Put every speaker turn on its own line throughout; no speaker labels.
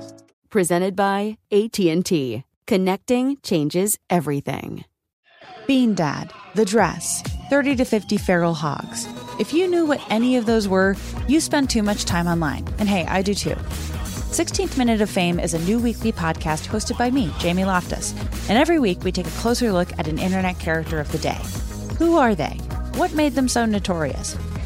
Presented by AT&T. Connecting changes everything.
Bean Dad, The Dress, 30 to 50 Feral Hogs. If you knew what any of those were, you spend too much time online. And hey, I do too. 16th Minute of Fame is a new weekly podcast hosted by me, Jamie Loftus. And every week we take a closer look at an internet character of the day. Who are they? What made them so notorious?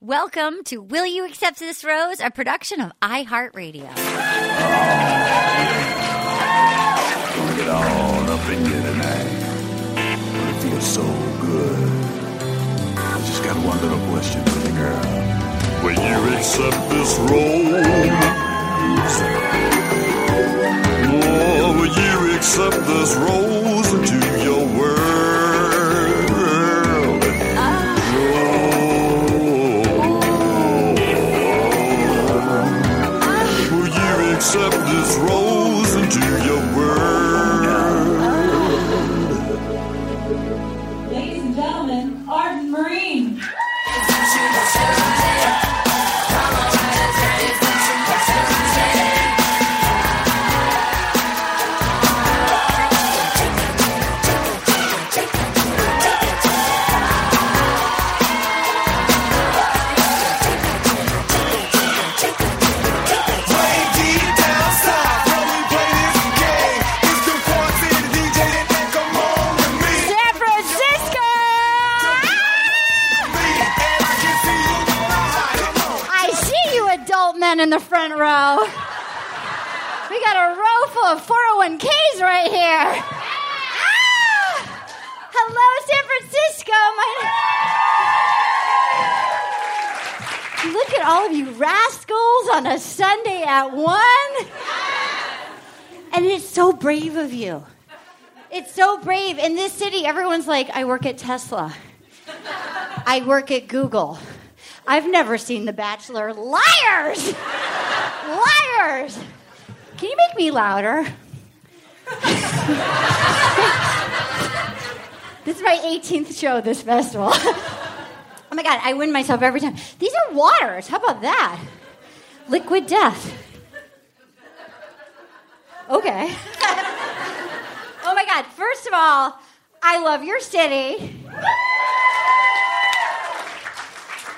Welcome to Will You Accept This Rose, a production of iHeartRadio.
Gonna get all up in you tonight. It feels so good. I just got one little question for the girl. Will you accept this rose? Oh, will you accept this rose into your world? Oh. Will you accept this rose into your world?
Ladies and gentlemen, Arden Marine.
San Francisco! I see you adult men in the front row. We got a row full of 401ks right here. Ah! Hello, San Francisco. My- Look at all of you rascals on a Sunday at 1. And it's so brave of you. It's so brave. In this city, everyone's like, I work at Tesla. I work at Google. I've never seen The Bachelor. Liars! Liars! Can you make me louder? this is my 18th show this festival. oh my God, I win myself every time. These are waters. How about that? Liquid death. Okay. Oh my God. First of all, I love your city.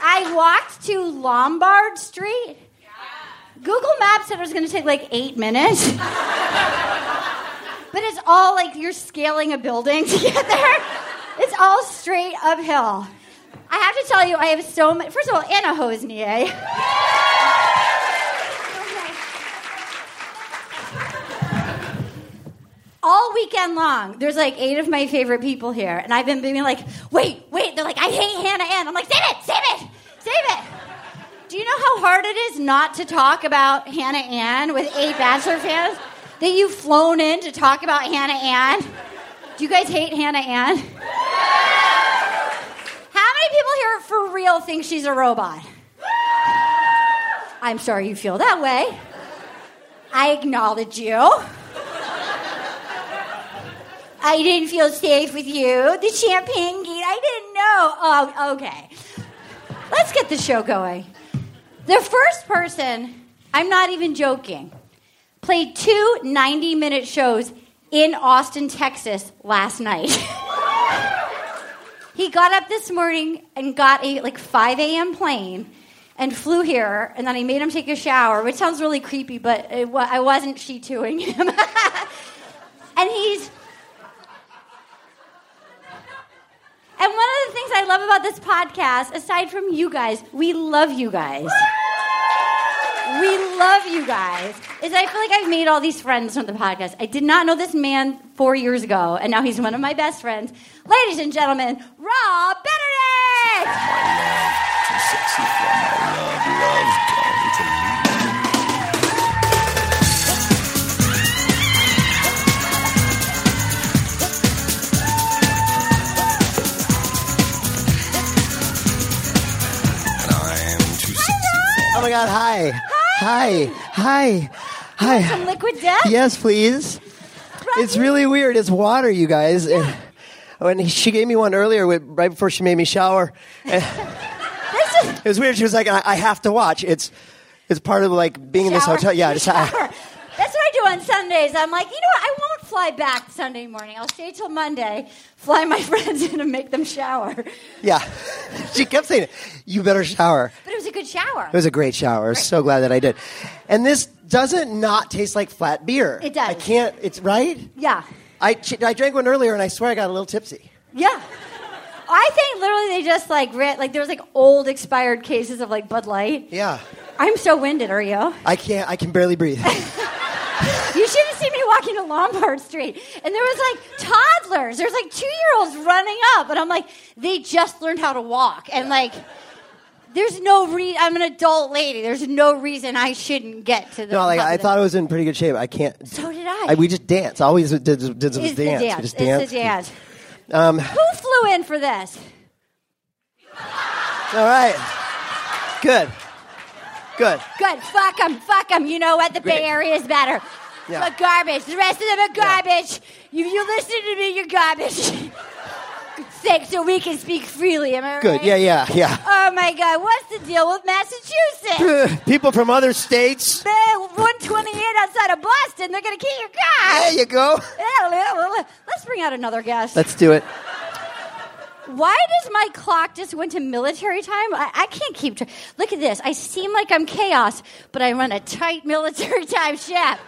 I walked to Lombard Street. Google Maps said it was going to take like eight minutes. but it's all like you're scaling a building to get there. It's all straight uphill. I have to tell you, I have so much. First of all, E Anna Hosnier. all weekend long. There's like eight of my favorite people here, and I've been being like, wait, wait. They're like, I hate Hannah Ann. I'm like, save it, save it, save it. Do you know how hard it is not to talk about Hannah Ann with eight Bachelor fans that you've flown in to talk about Hannah Ann? Do you guys hate Hannah Ann? How many people here for real think she's a robot? I'm sorry you feel that way. I acknowledge you. I didn't feel safe with you. The champagne gate, I didn't know. Oh, okay. Let's get the show going. The first person, I'm not even joking, played two 90 minute shows in Austin, Texas last night. he got up this morning and got a like 5 a.m. plane and flew here, and then I made him take a shower, which sounds really creepy, but it wa- I wasn't she toing him. and he's. And one of the things I love about this podcast, aside from you guys, we love you guys we love you guys. Is I feel like I've made all these friends from the podcast. I did not know this man four years ago, and now he's one of my best friends. Ladies and gentlemen, Rob Benedict.
Sexy for my love, love come to me. And I am too sexy.
Oh my God! Hi! Hi! Hi! Hi!
Some liquid death.
Yes, please. It's really weird. It's water, you guys. And, oh, and she gave me one earlier with, right before she made me shower. And
This is
it was weird. She was like, I, I have to watch. It's it's part of like being in this
Shower.
hotel. Yeah, just uh,
Shower.
I,
That's what I do on Sundays. I'm like, you know what? I won't fly back Sunday morning. I'll stay till Monday, fly my friends in and make them shower. But
yeah. she kept saying, it. "You better shower."
it was a good shower.
It was a great shower. I was so glad that I did. And this doesn't not taste like flat beer.
It does.
I can't. It's right.
yeah.
I ch- I drank one earlier, and I swear I got a little tipsy.
Yeah. I think literally they just like read, like there was like old expired cases of like Bud Light.
Yeah.
I'm so winded, are you?
I can't. I can barely breathe.
You should have seen me walking to Lombard Street. And there was like toddlers. There's like two year olds running up. And I'm like, they just learned how to walk. And like, there's no re I'm an adult lady. There's no reason I shouldn't get to the.
No, like I
public.
thought I was in pretty good shape. I can't.
So did I.
we just dance. Always did, did, did some
It's
dance.
the dance.
We just
It's
dance. Um,
the dance. Who flew in for this?
All right. Good. Good.
Good. Fuck them. Fuck them. You know what? The Bay
Great.
Area is better.
Yeah.
But garbage. The rest of them are
Yeah.
garbage. You, you listen to me, you're garbage. Sick, so we can speak freely. Am I right?
Good. Yeah. Yeah. Yeah.
Oh my God! What's the deal with Massachusetts?
Uh, People from other states.
Man, 128 outside of Boston. They're gonna kill your
There
car.
you go.
Yeah, yeah, well, Let's bring out another guest.
Let's do it.
Why does my clock just went to military time? I, I can't keep track. Look at this. I seem like I'm chaos, but I run a tight military time ship.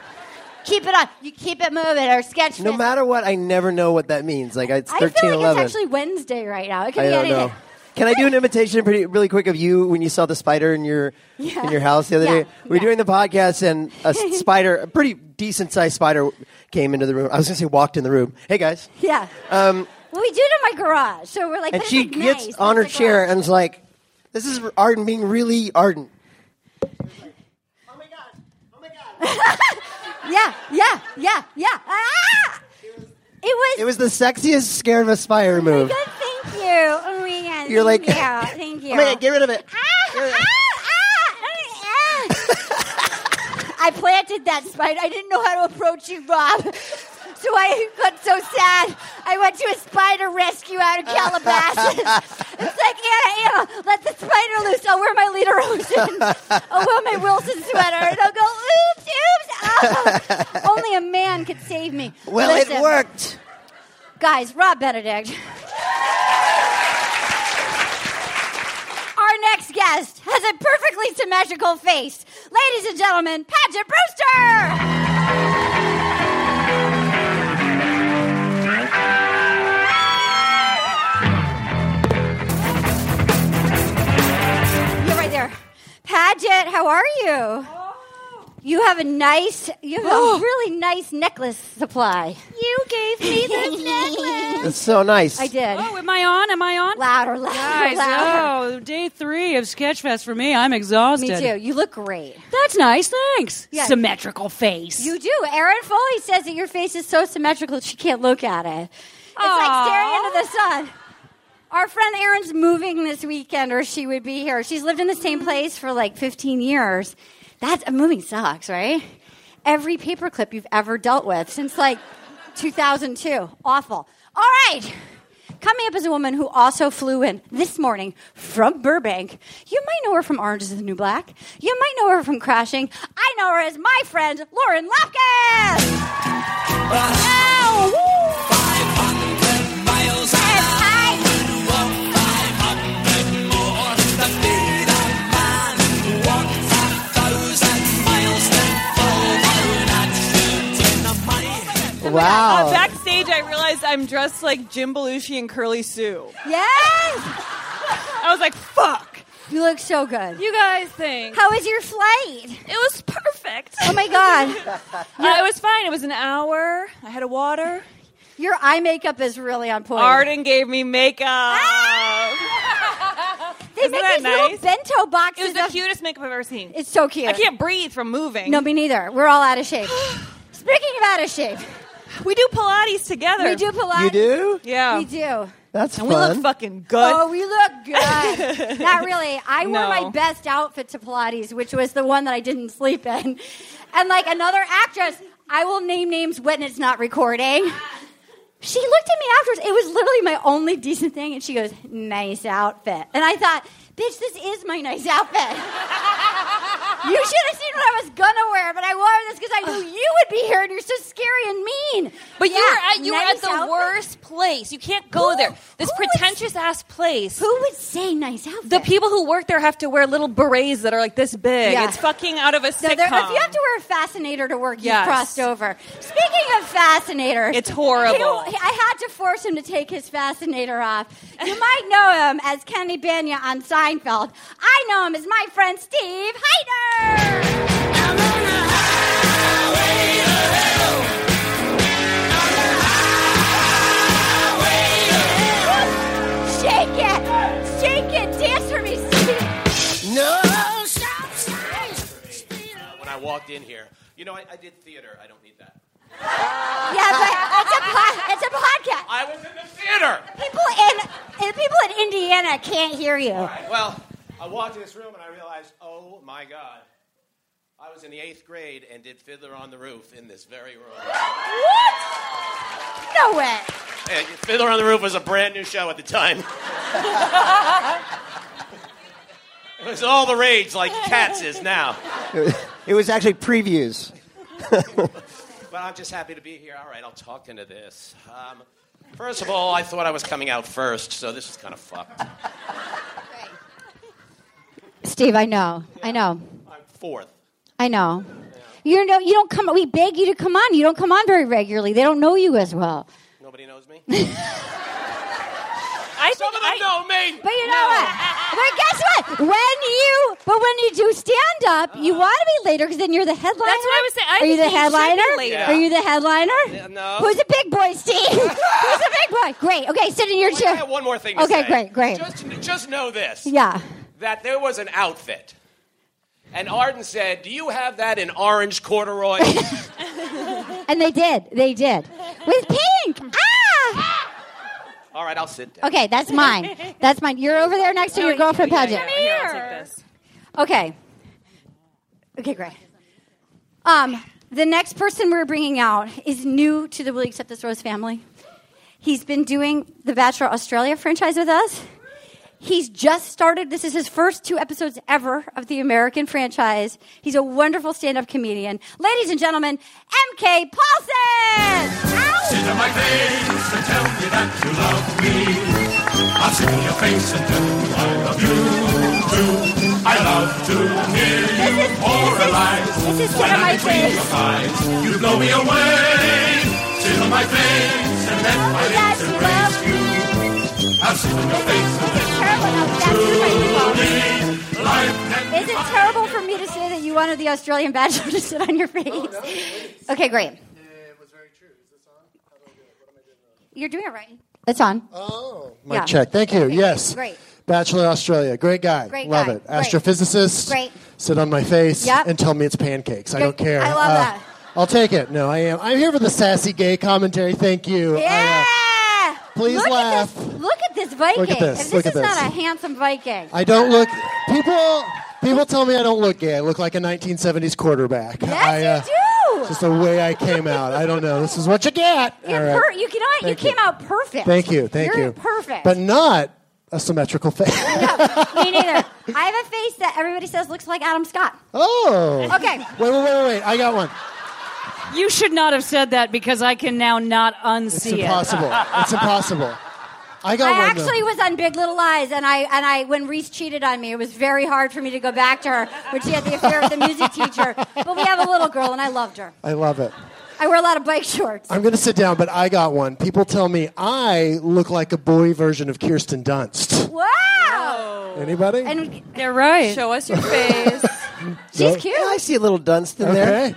Keep it on. You keep it moving or sketch.
No
this.
matter what, I never know what that means. Like it's
I feel like
thirteen eleven.
it's actually Wednesday right now. It could
I
be
don't
anything.
know. Can I do an imitation pretty really quick of you when you saw the spider in your
Yeah.
in your house the other
Yeah.
day? We were
Yeah.
doing the podcast and a s- spider, a pretty decent sized spider, came into the room. I was gonna say walked in the room. Hey guys.
Yeah.
Um,
well, we do it in my garage, so we're like.
and
but
she
it's, like,
gets
nice.
on her
It's, like,
chair
garage.
and is like, "This is Arden being really ardent." Oh my god! Oh my god!
Yeah, yeah, yeah, yeah. Ah! It was.
it was the sexiest scared of a
Oh
spider move.
Good, thank you. Oh my god.
You're like,
thank you.
Oh
Thank you.
my god! Get rid of it.
Ah, ah, ah, ah. I planted that spider. I didn't know how to approach you, Rob. So I got so sad. I went to a spider rescue out of Calabasas. it's like, Anna, Anna, let the spider loose. I'll wear my leader Rosen. I'll wear my Wilson sweater. And I'll go, oops, oops. Oh. Only a man could save me.
Well,
Listen,
it worked.
Guys, Rob Benedict. Our next guest has a perfectly symmetrical face. Ladies and gentlemen, Paget Brewster! You're right there. Paget, how are you? You have a nice, you have a really nice necklace supply. You gave me this necklace.
It's so nice.
I did.
Oh, am I on? Am I on?
Louder, louder,
Guys,
louder.
oh, day three of Sketchfest for me. I'm
Me
exhausted.
too. You look great.
That's nice. Thanks.
Yeah.
Symmetrical face.
You do. Erin Foley says that your face is so symmetrical she can't look at it. It's like
Aw.
staring into the sun. Our friend Erin's moving this weekend, or she would be here. She's lived in the same place for like 15 years. That's uh, moving sucks, right? Every paperclip you've ever dealt with since like 2002. Awful. All right. Coming up is a woman who also flew in this morning from Burbank. You might know her from Orange is the New Black. You might know her from Crashing. I know her as my friend, Lauren Lapkus. Ow! Woo! Yes, hi.
Wow.
Uh, backstage, I realized I'm dressed like Jim Belushi and Curly Sue.
Yes!
I was like, fuck.
You look so good.
You guys think.
How was your flight?
It was perfect.
Oh my god.
Yeah, it was fine. It was an hour. I had a water.
Your eye makeup is really on point. Ah!
Arden gave me makeup.
they
that
make these little
nice?
bento
It
boxes.
was the
of-
cutest makeup I've ever seen.
It's so cute.
I can't breathe from moving.
No, me neither. We're all out of shape. Speaking of out of shape,
we do Pilates together.
we do Pilates.
you do?
Yeah.
We do.
That's
And we
fun.
look fucking good.
Oh, we look good. Not really. I wore
No.
my best outfit to Pilates, which was the one that I didn't sleep in. And like another actress, I will name names when it's not recording. She looked at me afterwards. It was literally my only decent thing, and she goes, "Nice outfit." And I thought, "Bitch, this is my nice outfit." you should have seen what I was gonna wear, but I wore this because I knew you would be here, and you're so scary and mean.
But you
Yeah,
were at you were
nice
at the
outfit.
worst place. You can't go
Who-
there. This
who would-
pretentious ass place.
Who would say nice outfit?
the people who work there have to wear little berets that are like this big.
Yeah.
It's fucking
fucking out of a
So
sitcom.
there, if you have to wear a fascinator to work, you've
Yes.
crossed over. Speaking of fascinators,
It's horrible.
he- he- I had to force him to take his fascinator off. You might know him as Kenny Banya on Seinfeld. I know him as my friend Steve Heider. Shake it, shake it, dance for me, Steve.
no.
when I walked in here. You know, I, I did theater. I don't need that.
Yeah, but it's a pod, it's a podcast.
I was in the theater.
People in uh, people in Indiana can't hear you.
All right, well, I walked in this room and I realized, oh my God, I was in the eighth grade and did Fiddler on the Roof in this very room.
What? No way.
And Fiddler on the Roof was a brand new show at the time. it was all the rage, like Cats is now.
It was actually previews.
Well, I'm just happy to be here. All right, I'll talk into this. Um, first of all, I thought I was coming out first, so this is kind of fucked.
Steve, I know. I know.
I'm fourth.
I know. You know you don't come we beg you to come on. You don't come on very regularly. They don't know you as well.
Nobody knows me.
I
Some of them
think I,
know me.
But you know what? But guess what? When you but when you do stand up, you want to be later because then you're the
That's
headliner.
what I was saying. I
Are you the
think you should be
headliner?
later.
Are you the headliner?
no.
Who's a big boy, Steve? Who's a big boy? Great. Okay, sit in your
Wait,
chair.
I have one more thing to
Okay,
say.
great, great.
Just, just know this.
Yeah.
That there was an outfit. And Arden said, Do you have that in orange corduroy?
And they did. They did. With pink. Ah!
All right, I'll sit down.
Okay, that's mine. That's mine. You're over there next to your girlfriend pageant.
Here, I'll take this.
Okay. Okay, great. Um, the next person we're bringing out is new to the Will You Accept This Rose family. He's been doing the Bachelor Australia franchise with us. He's just started. This is his first two episodes ever of the American franchise. He's a wonderful stand-up comedian. Ladies and gentlemen, MK Paulson. Ow!
Into my face and tell me that you love me. I'll see your face and tell you I love you too. I love to hear you
This is-
oralize.
this is
When
Sit on
I'm
My
between
Face.
your thighs, you blow me away. Sit on my face and let my
That
lips
you
embrace
love
you. I'll sit on your face and
It's terrible. No, that's the right people.
leave life can
Is it terrible for me to say that you wanted the Australian bachelor to sit on your face? okay, great. You're doing it right. It's on.
Oh, my
Yeah.
check. Thank you. Yes.
great.
Bachelor Australia. Great guy.
Great
love
guy.
it.
Great.
Astrophysicist.
Great.
Sit on my face
Yep.
and tell me it's pancakes. I
Great.
don't care. Uh,
I love that.
I'll take it. No, I am. I'm here for the sassy gay commentary. Thank you. I, uh,
Yeah.
Please
look
laugh.
At this, look at this Viking.
Look at this.
If this
Look at
is
this.
not a handsome Viking.
I don't look. People. People tell me I don't look gay. I look like a 1970s quarterback.
yes,
I, uh,
you do. you.
Just the way I came out. I don't know. This is what you get.
You're
All right.
per- you cannot.
Thank
you came out perfect.
Thank you. Thank
You're
you.
Perfect.
But not a symmetrical face.
Me neither. I have a face that everybody says looks like Adam Scott.
Oh.
Okay.
Wait, wait, wait, wait. I got one.
You should not have said that because I can now not unsee
It's
it.
impossible. it's impossible. I got
I
one.
actually
though.
was on Big Little Lies, and I and I when Reese cheated on me, it was very hard for me to go back to her when she had the affair with the music teacher. But we have a little girl, and I loved her.
I love it.
I wear a lot of bike shorts.
I'm going to sit down, but I got one. People tell me I look like a boy version of Kirsten Dunst.
Wow!
Anybody?
And
they're right.
Show us your face.
No?
Yeah, I see a little Dunst in
okay.
there.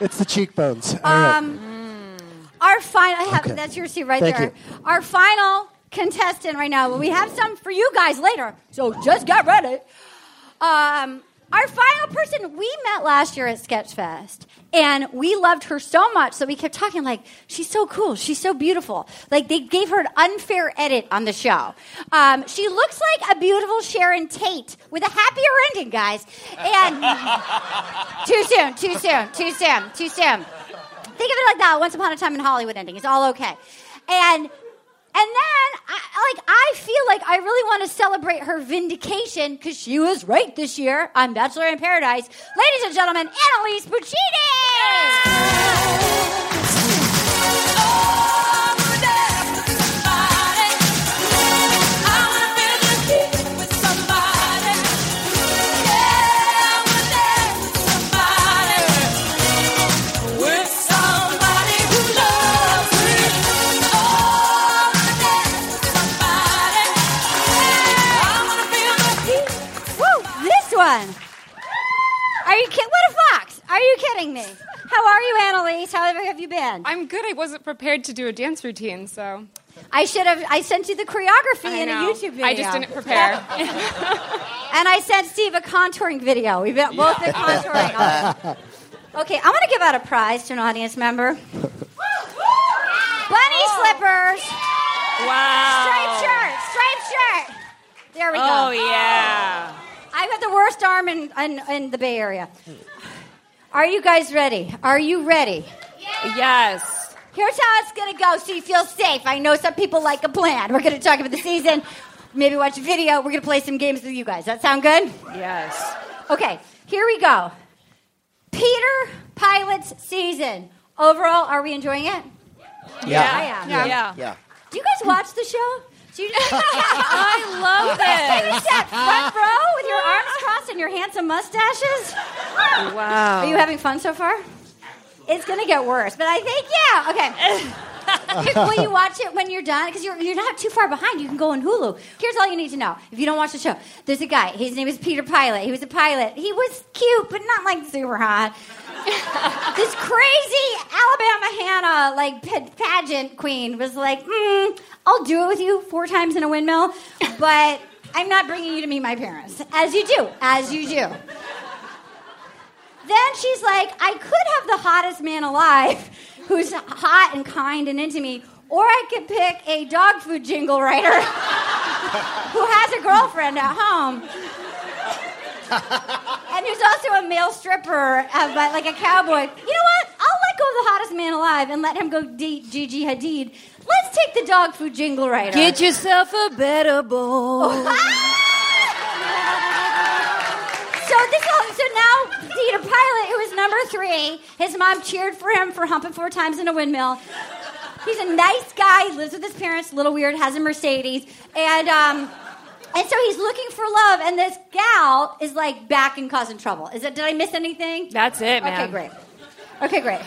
It's the cheekbones. All right.
Um, our final. I have-
Okay.
That's your seat right
Thank
there. Our final contestant right now. We have some for you guys later, so just get ready. Um, our final person we met last year at Sketchfest, and we loved her so much, so we kept talking like she's so cool, she's so beautiful. Like they gave her an unfair edit on the show. Um, she looks like a beautiful Sharon Tate with a happier ending, guys. And too soon, too soon, too soon, too soon. Think of it like that. Once upon a time in Hollywood ending. It's all okay. And and then I, like I feel like I really want to celebrate her vindication because she was right this year on Bachelor in Paradise. Ladies and gentlemen, Annalise Puccini. Woo! This one. Are you kidding? What a fox! Are you kidding me? How are you, Annalise? How have you been?
I'm good. I wasn't prepared to do a dance routine, so.
I should have. I sent you the choreography
I
in a
know.
YouTube video.
I just didn't prepare.
and I sent Steve a contouring video. We've been, both been contouring. on it. Okay, I'm going to give out a prize to an audience member. Bunny slippers.
Wow.
Striped shirt. Striped shirt. There we go.
Oh, yeah.
I've got the worst arm in, in, in the Bay Area. Are you guys ready? Are you ready? Yes. Here's how it's going to go so you feel safe. I know some people like a plan. We're going to talk about the season, maybe watch a video. We're going to play some games with you guys. That sound good?
Yes.
Okay, here we go. Peter Pilot's season. Overall, are we enjoying it? Yeah, I am. Yeah.
Yeah.
Do you guys watch the show? Do you
I love
You
this.
sat front row with your arms crossed and your handsome mustaches.
Wow.
Are you having fun so far? It's gonna get worse, but I think yeah. Okay. Will you watch it when you're done? Because you're, you're not too far behind. You can go on Hulu. Here's all you need to know. If you don't watch the show, there's a guy. His name is Peter Pilot. He was a pilot. He was cute, but not like super hot. this crazy Alabama Hannah, like pa- pageant queen, was like, mm, "I'll do it with you four times in a windmill, but I'm not bringing you to meet my parents." As you do, as you do. Then she's like, I could have the hottest man alive who's hot and kind and into me, or I could pick a dog food jingle writer who has a girlfriend at home and who's also a male stripper, uh, but like a cowboy. You know what? I'll let go of the hottest man alive and let him go date Gigi Hadid. Let's take the dog food jingle writer.
Get yourself a better bowl.
So this all, so now Peter Pilot, who is number three, his mom cheered for him for humping four times in a windmill. He's a nice guy. Lives with his parents. Little weird. Has a Mercedes. And um, and so he's looking for love. And this gal is like back and causing trouble. Is it? Did I miss anything? That's
it,
Okay,
man.
great. Okay, great.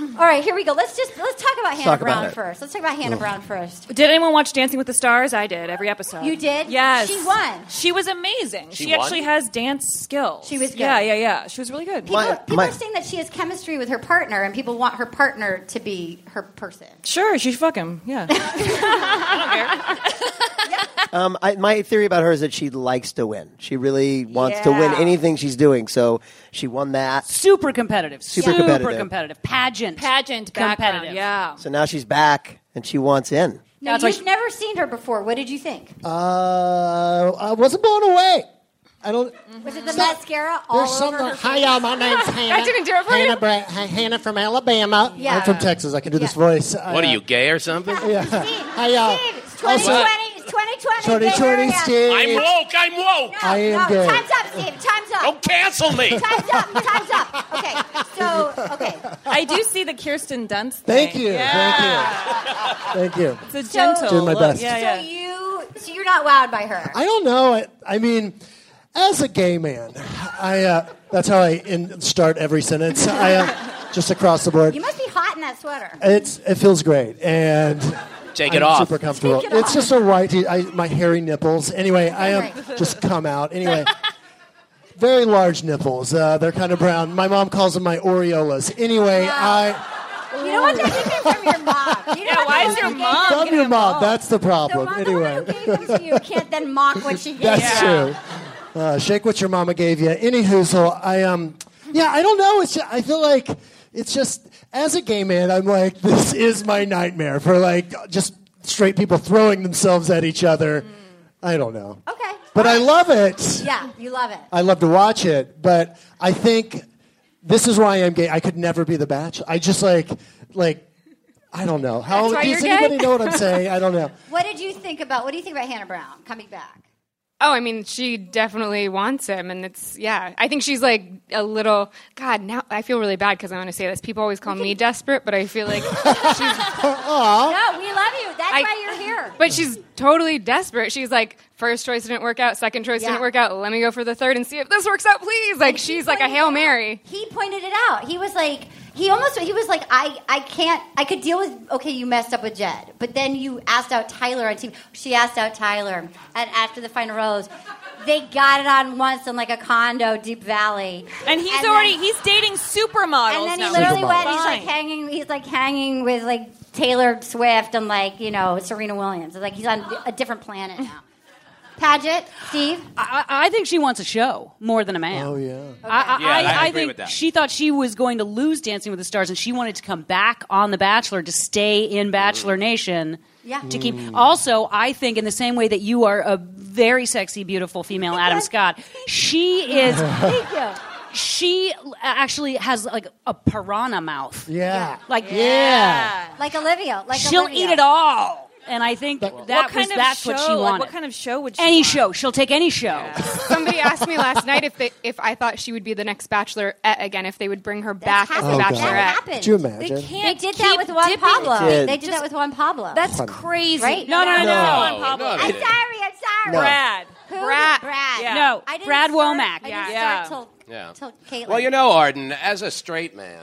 All right, here we go. Let's just let's talk about
Let's
Hannah
talk about
Brown
it.
first. Let's talk about Hannah
Ugh.
Brown first.
Did anyone watch Dancing with the Stars? I did every episode.
You did?
Yes.
She won.
She was amazing.
She
She,
won?
actually has dance skills. She was
good.
Yeah, yeah, yeah. She was really good.
People, people are saying that she has chemistry with her partner, and people want her partner to be her person.
sure, she should fuck him. Yeah.
Um, I, my theory about her is that she likes to win. She really wants to win
Yeah.
anything she's doing. So she won that.
Super competitive.
Super competitive.
competitive. Pageant.
Pageant
competitive.
Yeah.
So now she's back and she wants in.
Now, you've never seen her before. What did you think?
Uh, I wasn't blown away. I don't.
Was it the
Some-
mascara all
there's some.
over her face?
Hi, y'all. My name's Hannah. Hannah Bra- Hi, Hannah from Alabama.
Yeah.
I'm from Texas. I can do this voice. Uh,
What are you, gay or something?
Hi, y'all.
It's 2020. It's 2020.
Twenty
Get
twenty,
ready.
Steve.
I'm woke. I'm woke.
I am
No,
gay.
time's up, Steve. Time's up.
Don't cancel me.
Time's up. Time's up. Okay. So, okay.
I do see the Kirsten Dunst.
Thank
thing.
you. Thank you. Thank you.
It's a gentle.
Doing my
look.
best.
Yeah,
So
yeah.
you, so you're not wowed by her.
I don't know. I, I mean, as a gay man, I uh, that's how I in, start every sentence. I uh, just across the board.
You must be hot in that sweater.
It's it feels great and
Take it
I'm
off.
Super comfortable.
Take it
it's
off.
just a white. I, my hairy nipples. Anyway, I am
Right.
just come out. Anyway, very large nipples. Uh, they're kind of brown. My mom calls them my areolas. Anyway, I
You don't want to take it from your mom. You know
why is your mom
from your mom. That's the problem. anyway,
You can't then mock what she gave
that's
you.
true. Uh, shake what your mama gave you. Any hoozle, I um, yeah, I don't know. It's ju- I feel like it's just as a gay man, I'm like this is my nightmare for like just straight people throwing themselves at each other. I don't know.
Mm. Okay.
But I love it.
Yeah, you love it.
I love to watch it, but I think this is why I'm gay. I could never be the bachelor. I just like like I don't know. How
That's why
does
you're gay?
anybody know what I'm saying? I don't know.
What did you think about? What do you think about Hannah Brown coming back?
Oh, I mean, she definitely wants him, and it's yeah. I think she's like a little. God, now I feel really bad because I want to say this. People always call me desperate, but I feel like
No, we love you. That's
I-
why you're here.
But she's totally desperate. She's like, first choice didn't work out, second choice
Yeah.
didn't work out. Let me go for the third and see if this works out, please. Like she's like a hail mary.
He pointed it out. He was like, he almost, he was like, I, I can't, I could deal with. Okay, you messed up with Jed, but then you asked out Tyler on TV. She asked out Tyler, and after the final rose, they got it on once in like a condo, Deep Valley,
And he's
And
already
then-
he's dating supermodels
and then he
now.
literally went. He's like
Fine.
hanging. He's like hanging with like Taylor Swift and like you know Serena Williams. It's like he's on a different planet now. Paget, Steve.
I, I think she wants a show more than a man. Oh
yeah.
I,
Yeah, I agree
think
with that.
she thought she was going to lose Dancing with the Stars, and she wanted to come back on The Bachelor to stay in Bachelor
Mm.
Nation.
Yeah.
To keep. Also, I think in the same way that you are a very sexy, beautiful female, Adam Scott, she is.
Thank you.
She actually has like a piranha mouth.
Yeah.
Like
Yeah.
Like Olivia. Like
she'll
Olivia.
eat it all. And I think that
what
was
kind of
that's
show?
what she wanted.
Like, what kind of show would she
any
want?
show? She'll take any show.
Somebody asked me last night if they, if I thought she would be the next Bachelorette again, if they would bring her back as
happened.
the
Oh, God.
Bachelorette.
That
happened.
Could you imagine?
They did that with Juan
dipping
Pablo.
They did.
They did that with Juan Pablo.
That's
Fun.
crazy.
Right?
No, no, no, no.
Juan
No,
Pablo.
no,
I'm sorry. I'm sorry.
Brad.
Who did
Brad.
Brad.
Yeah.
No,
I didn't
Brad
start,
Womack.
I didn't
Yeah.
Yeah.
start till,
Yeah.
till Caitlin.
Well, you know, Arden, as a straight man,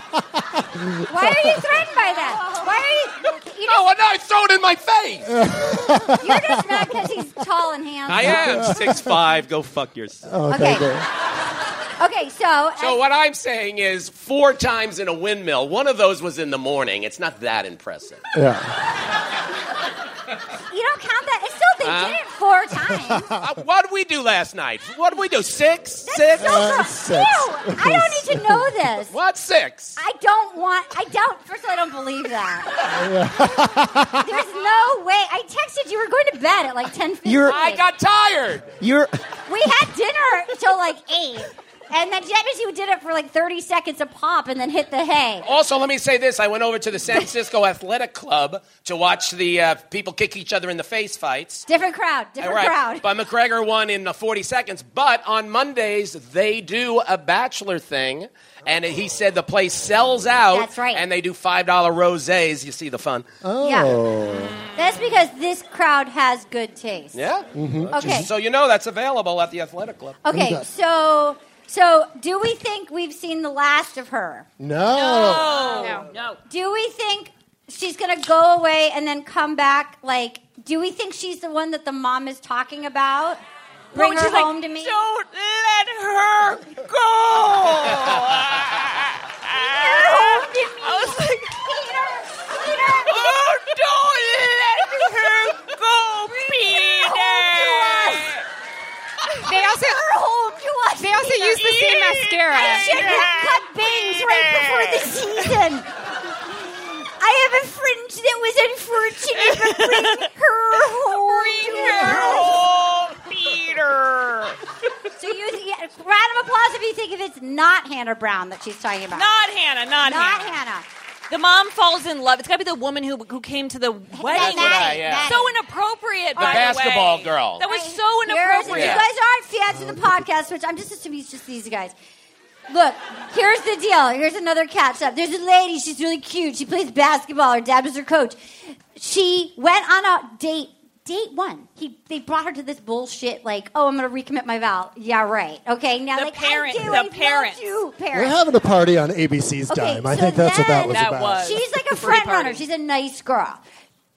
Why are you threatened by that? Why are you? you
no, well, no, it's thrown in my face.
just, you're just mad because he's tall and handsome.
I am six five. Go fuck yourself.
Oh,
Okay.
thank you.
Okay, so.
So what I'm saying is, four times in a windmill. One of those was in the morning. It's not that impressive.
Yeah.
you don't count that. It's still, they did it four times.
Uh, what did we do last night? What did we do? Six, six.
So, so,
Uh, six.
Ew, I don't need to know this.
What six?
I don't want. I don't. First of all, I don't believe that. There's no way. I texted you. We were going to bed at like ten.
You're-
I got tired.
You're
We had dinner till like eight, and then Jebusy did it for like thirty seconds a pop, and then hit the hay.
Also, let me say this: I went over to the San Francisco Athletic Club to watch the uh, people kick each other in the face fights.
Different crowd. Different crowd.
But McGregor won in uh, 40 seconds. But on Mondays they do a bachelor thing, and he said the place sells out.
That's right.
And they do five dollar rosés. You see the fun?
Yeah. That's because this crowd has good taste.
Yeah.
Okay.
So you know that's available at the Athletic Club.
Okay. So. So, do we think we've seen the last of her?
No.
No.
Do we think she's gonna go away and then come back? Like, do we think she's the one that the mom is talking about? Bring
Which
her
is like,
home to me.
Don't let her go. I was like, oh, don't let her go, Peter.
They also
Her home to us.
they also use the same mascara.
I should have cut bangs right before the season. I have a fringe that was unfortunate, but bring her home. to us.
Bring her home, Peter. later.
So you, yeah, round of applause if you think if it's not Hannah Brown that she's talking about.
Not Hannah, not,
Not
Hannah.
Hannah.
The mom falls in love. It's got to be the woman who who came to the wedding.
Maddie, yeah.
So inappropriate.
The
by
basketball
the way.
girl.
That was
Right.
so
Here's-
inappropriate.
You guys aren't fans of the podcast, which I'm just assuming it's just these guys. Look, here's the deal. Here's another catch up. There's a lady. She's really cute. She plays basketball. Her dad was her coach. She went on a date. Date one. He they brought her to this bullshit. Like, oh, I'm gonna recommit my vow. Yeah, right. Okay. Now,
The
like,
parent-
I do.
the
I love
parents.
You, parents.
We're having a party on ABC's
Okay,
dime. I
so
think that's what that
then-
was about.
She's like a front runner. She's a nice girl.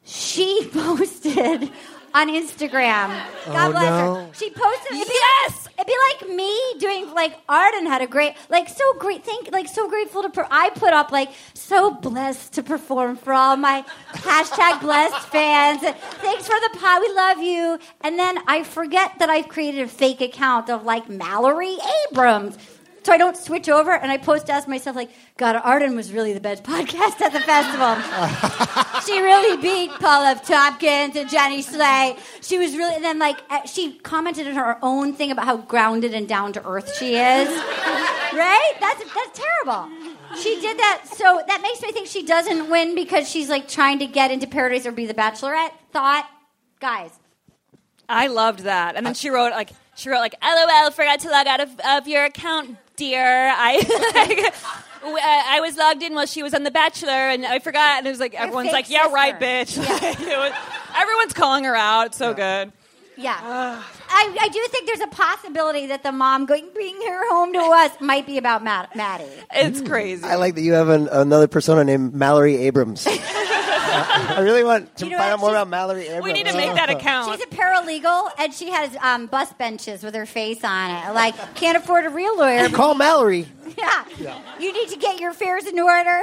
She posted on Instagram. God
Oh,
bless
no.
her. She posted. It'd be yes, it'd be like me doing like art and had a great, like so great. Thank, like so grateful to. Per- I put up like so blessed to perform for all my hashtag blessed fans. Thanks for the pot. We love you. And then I forget that I've created a fake account of like Mallory Abrams. So I don't switch over and I post to ask myself, like, God, Arden was really the best podcast at the festival. she really beat Paul F. Tompkins and Jenny Slay. She was really, and then like, eh, she commented in her own thing about how grounded and down to earth she is. right? That's, that's terrible. She did that, so that makes me think she doesn't win because she's like trying to get into Paradise or be the Bachelorette. Thought, guys.
I loved that. And then she wrote like she wrote like LOL forgot to log out of, of your account, dear. I like, w- uh, I was logged in while she was on The Bachelor and I forgot and it was like everyone's
fake
like, Yeah, right, bitch.
sister.
Like, it was- everyone's calling her out. It's so good.
Yeah. I, I do think there's a possibility that the mom going bring her home to us might be about Mad- Maddie.
It's crazy.
I like that you have an, another persona named Mallory Abrams. I really want to
You know
find
what?
out more
She's-
about Mallory Abrams.
She's a paralegal and she has um, bus benches with her face on it. Like, can't afford a real lawyer.
Call Mallory.
yeah. You need to get your affairs in order.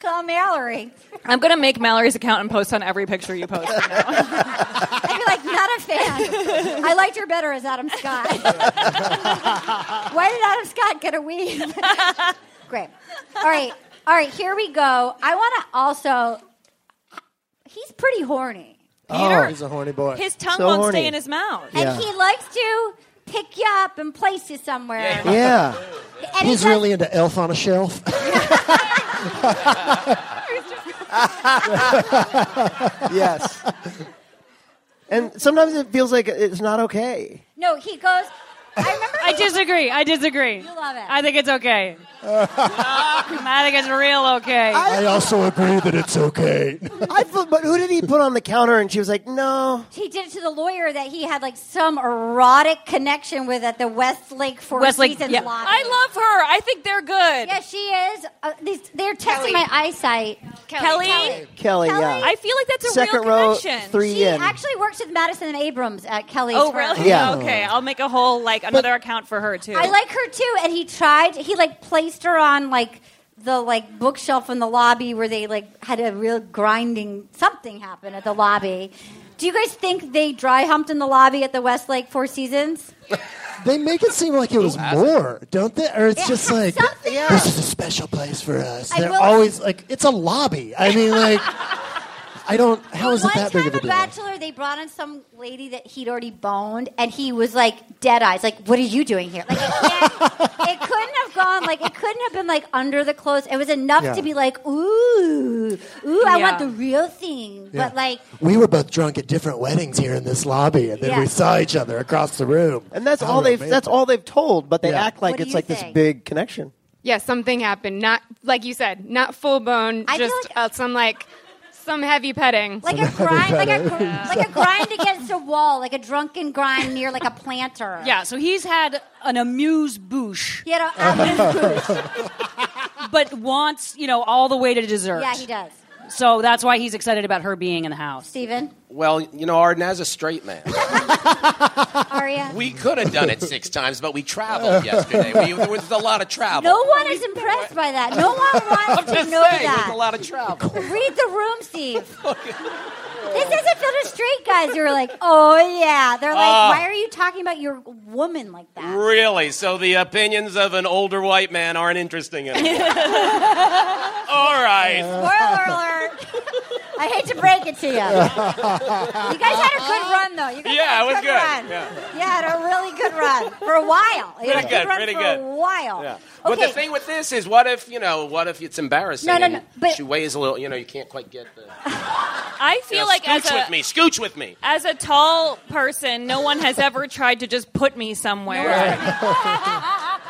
Call Mallory.
I'm gonna make Mallory's account and post on every picture you post.
I'd be like, not a fan. I liked her better as Adam Scott. Why did Adam Scott get a weave? Great. All right. All right, here we go. I want to also. He's pretty horny.
Oh, he's a horny boy.
His tongue
So
won't
horny.
stay in his mouth.
Yeah.
And he likes to pick you up and place you somewhere.
Yeah.
And he
He's
does-
really into Elf on a Shelf.
yes. And sometimes it feels like it's not okay.
No, he goes.
I disagree. I disagree. You
love it.
I think it's okay. I think it's real okay.
I also agree that it's okay.
I feel, but who did he put on the counter? And she was like, no.
He did it to the lawyer that he had like some erotic connection with at the Westlake Four
Westlake,
Seasons
yeah.
lobby.
I love her. I think they're good.
Yeah, she is. Uh, these, they're
Kelly.
testing my eyesight.
Kelly. Kelly.
Kelly, yeah.
I feel like that's a
Second
real
row,
connection.
three
She
in.
actually works with Madison and Abrams at Kelly's.
Oh,
firm.
really?
Yeah.
Okay, I'll make a whole like another account for her too.
I like her too. And he tried. He like placed her on like the like bookshelf in the lobby where they like had a real grinding something happen at the lobby. Do you guys think they dry humped in the lobby at the Westlake Four Seasons?
They make it seem like it was more, don't they? Or it's
It
just
has
like
something Yeah.
this is a special place for us.
I
They're
will-
always like it's a lobby. I mean, like I don't. How is it
One
that
time
big of a
on
deal?
Bachelor, they brought in some lady that he'd already boned, and he was like dead eyes, like, "What are you doing here?" Like, it, can't- it couldn't have gone like it couldn't have been like under the clothes. It was enough
Yeah.
to be like, "Ooh, ooh,
Yeah.
I want the real thing,"
Yeah.
but like.
we were both drunk at different weddings here in this lobby, and then
Yeah.
we saw each other across the room.
And that's
How
all they've
romantic.
that's all they've told, but they
Yeah.
act like
What do
it's
you
like this
think?
big connection.
Yeah, something happened. Not like you said, not full bone.
I feel
just uh, some like some heavy petting.
Like a grind, like a, gr- like a grind against a wall, like a drunken grind near like a planter.
Yeah, so he's had an amuse bouche,
You know, amuse bouche.
but wants you know all the way to dessert.
um, yeah, he does.
So that's why he's excited about her being in the house.
Steven,
Well, you know, Arden as a straight man.
Aria.
We could have done it six times, but we traveled yesterday. We, there was a lot of travel.
No one is impressed by that. No one wants to
Just
know
saying,
that.
there's a lot of travel.
Read the room, Steve. this isn't for the straight guys who are like, oh yeah. They're like,
Oh.
why are you talking about your woman like that?
Really? So the opinions of an older white man aren't interesting anymore. All right.
Spoiler alert. I hate to break it to you. You guys had a good run, though. You guys
Yeah,
had a
it was good.
Run.
Yeah.
You had a really good run for a while. It
Pretty
was a
good,
good run
pretty
for
good.
a while.
Yeah. But the
Okay.
thing with this is, what if you know? What if it's embarrassing?
No, no,
and
no, but-
she weighs a little. You know, you can't quite get the.
I feel
you know,
like as
scooch
a
with me, scooch with me.
as a tall person, no one has ever tried to just put me somewhere.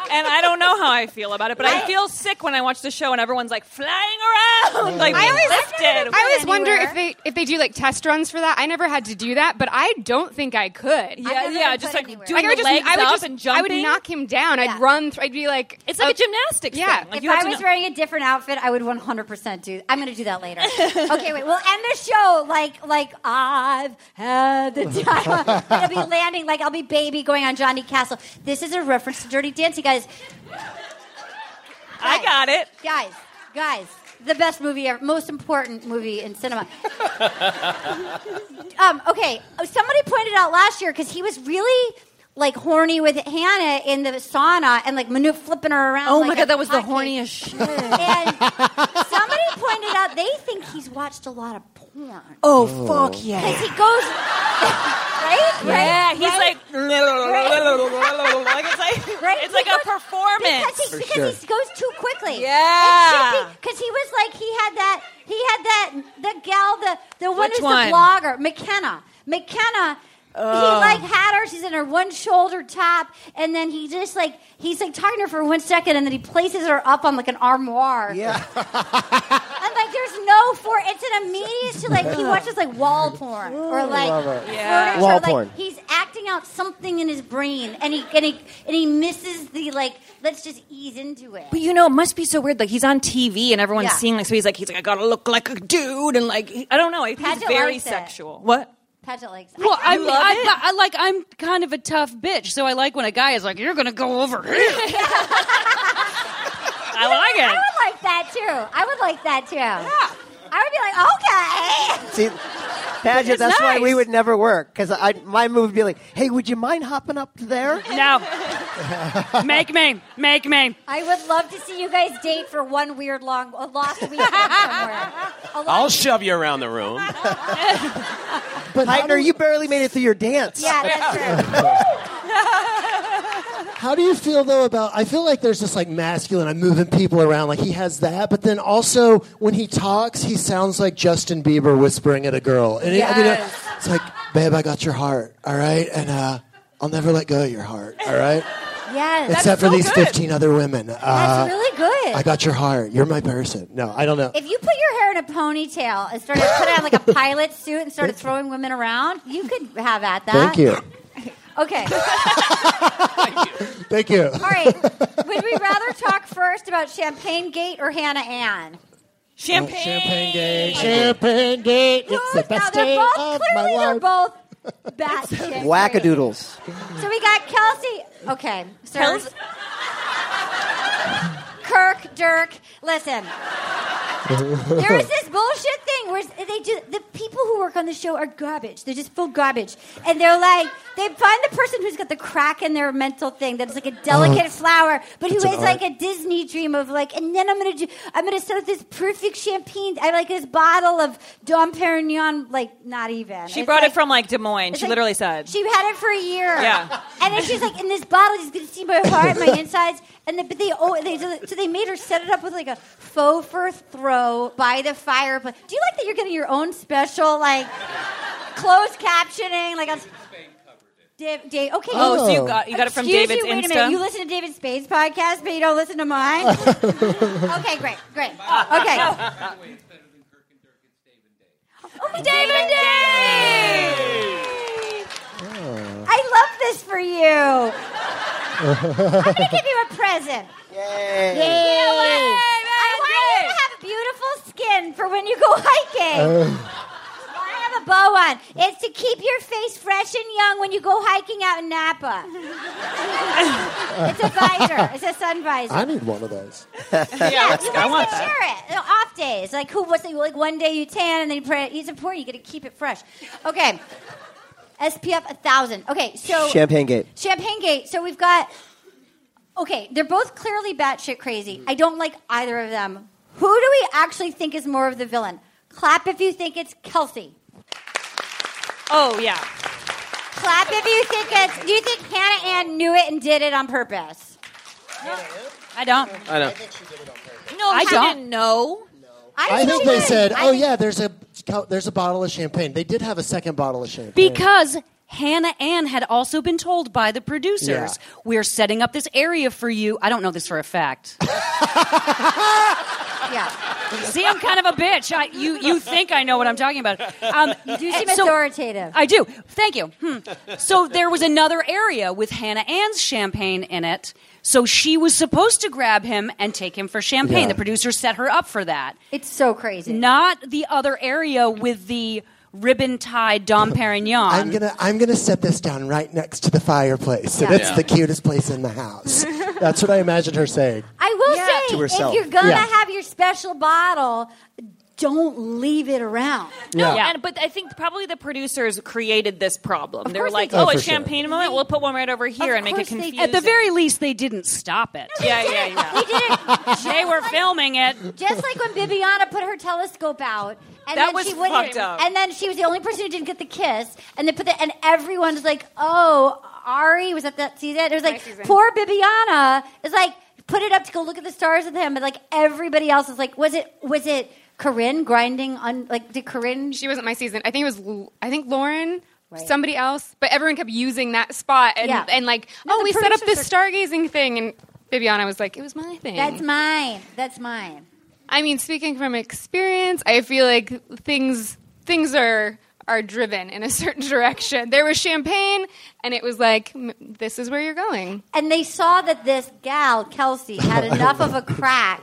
And I don't know how I feel about it, but I feel sick when I watch the show and everyone's like flying around, like
I always,
lifted.
I always wonder if they if they do like test runs for that. I never had to do that, but I don't think I could.
Yeah, yeah, just like doing
Like, I would
the
just-
legs
I would
up
just-
and
I
jumping.
would knock him down. I'd
Yeah.
run. Th- I'd be like,
it's like a
Uh,
gymnastics.
Yeah,
thing. Like
if
you have
I
to
was
know-
wearing a different outfit, I would 100% do. I'm going to do that later. okay, wait. We'll end the show like like I've had the time. I'll be landing like I'll be baby going on Johnny Castle. This is a reference to Dirty Dancing, guys.
I got it,
guys. Guys, the best movie ever, most important movie in cinema. um, okay, somebody pointed out last year because he was really like horny with Hannah in the sauna and like manu- flipping her around.
Oh
like
my
a
god, that was the
hotcake.
horniest shit.
And somebody pointed out they think he's watched a lot of porn.
Oh, fuck yeah.
Because he goes right,
Yeah,
right.
he's
right?
like, like it's like
Right?
it's like a performance.
because he, because he goes too quickly.
Yeah.
because he was like he had that he had that the gal the the one
Which
who's
one?
the blogger McKenna McKenna.
Oh.
He like had her. She's in her one shoulder top, and then he just like he's like talking to her for one second, and then he places her up on like an armoire. Yeah, and like there's no for it's an immediate to like he watches like wall porn or like
Love it.
yeah.
Wall
or, like,
porn.
He's acting out something in his brain, and he and he and he misses the like. Let's just ease into it.
But you know, it must be so weird. Like he's on TV and everyone's
Yeah.
seeing like so he's like he's like I gotta look like a dude and like he- I don't know. I think he's
Padgett
very
likes it.
sexual. What?
Paget likes.
Well, I,
I
mean,
love
I,
it.
but I like I'm kind of a tough bitch, so I like when a guy is like, "You're gonna go over here."
I like
I
it.
would like that too. I would like that too. Yeah. I would be like, okay.
See, Padgett,
It's
that's why
nice.
we would never work because I my move would be like, hey, would you mind hopping up to there?
No, make me, make me.
I would love to see you guys date for one weird long a lost weekend somewhere. A lost-
I'll shove you around the room.
But Heitner, you barely made it through your dance.
Yeah, that's true.
How do you feel though about? I feel like there's this like masculine. I'm moving people around. Like he has that, but then also when he talks, he sounds like Justin Bieber whispering at a girl. And it- I mean, uh,
Yes.
it's like, babe, I got your heart. All right, and uh, I'll never let go of your heart. All right.
Yes.
Except for these 15 other women. Uh,
That's really good.
I got your heart. You're my person. No, I don't know.
If you put your hair in a ponytail and started put on like a pilot suit and started throwing women around, you could have at that.
Thank you.
Okay.
Thank you.
All right. Would we rather talk first about Champagne Gate or Hannah Ann?
Champagne.
Champagne Gate. Champagne Gate. It's the Oh.
Now
best
they're
day
both
of my
clearly they're
life.
both batshit.
Wackadoodles.
crazy. So we got Kelsey. Okay. sir.
Kelsey-
Kirk Dirk. Listen. There is this bullshit thing where they do the people who work on the show are garbage. They're just full garbage, and they're like they find the person who's got the crack in their mental thing that's like a delicate
Oh,
flower, but who
that's
has
an
like a Disney dream of like, and then I'm gonna do, I'm gonna set up this perfect champagne. I like this bottle of Dom Perignon, like not even.
She
It's
brought
like-
it from like Des Moines.
it's
She
like-
literally said.
she had it for a year.
Yeah.
And then she's like, in this bottle, he's gonna see my heart, my insides, and then, but they oh, they so they made her set it up with like a faux fur throw by the fireplace. Do you like that? You're getting your own special like closed captioning, like on. Dave, Dave, okay.
Oh, so you got- you got it from
Excuse
David's
you, wait a
Insta?
minute. You listen to David Spade's podcast, but you don't listen to mine. okay, great, great.
Ah.
Okay. Oh, David Dave! I love this for you. I'm gonna give you a present. Yay! I want you to have beautiful skin for when you go hiking. I have a bow on. It's to keep your face fresh and young when you go hiking out in Napa. it's a visor. It's a sun visor.
I need one of those.
Yeah, you guys can share it. You know, off days, like who was it? Like one day you tan and then you pray, eat some pork. You get to keep it fresh. Okay, SPF a thousand. Okay, so
Champagne Gate.
Champagne Gate. So we've got. Okay, they're both clearly batshit crazy. I don't like either of them. Who do we actually think is more of the villain? Clap if you think it's Kelsey.
Oh yeah.
Clap if you think it's. Do you think Hannah Ann knew it and did it on purpose?
I don't.
I know.
No,
I
she
don't.
didn't know.
I, think they said,
I
"Oh
think-
yeah, there's a there's a bottle of champagne." They did have a second bottle of champagne.
Because Hannah Ann had also been told by the producers,
Yeah.
we're setting up this area for you. I don't know this for a fact.
yeah.
See, I'm kind of a bitch. I, you, you think I know what I'm talking about. Um,
You do seem
so-
authoritative.
I do. Thank you. Hmm. So there was another area with Hannah Ann's champagne in it. So she was supposed to grab him and take him for champagne.
Yeah.
The producer set her up for that.
It's so crazy.
Not the other area with the ribbon tied Dom Perignon.
I'm gonna I'm gonna set this down right next to the fireplace. So that's
Yeah.
the cutest place in the house. that's what I imagined her saying.
I will say,
To herself.
if you're gonna
Yeah.
have your special bottle, don't leave it around.
No,
Yeah.
and, but I think probably the producers created this problem. They were
course
like,
they did.
"Oh,
Oh,
a
for sure.
champagne moment. We'll put one right over here and make it confusing."
At the very least, they didn't stop it.
yeah, yeah, yeah.
they were filming it.
Just like when Bibiana put her telescope out, and
That
then
was
she wouldn't,
fucked up.
and then she was the only person who didn't get the kiss, and they put the, and everyone was like, "Oh, Ari was at that season." It was like poor Bibiana is like put it up to go look at the stars with him, but like everybody else is like, "Was it was it Corinne grinding on like did Corinne?"
She wasn't my season. I think it was. Lu- I think Lauren. Somebody else, but everyone kept using that spot and,
Yeah.
and like,
No,
oh,
the
we set up this
producers
stargazing thing, and Bibiana was like, it was my thing.
That's mine. That's mine.
I mean, speaking from experience, I feel like things things are are driven in a certain direction. There was champagne, and it was like, "M- this is where you're going.
And they saw that this gal Kelsey had enough of a crack.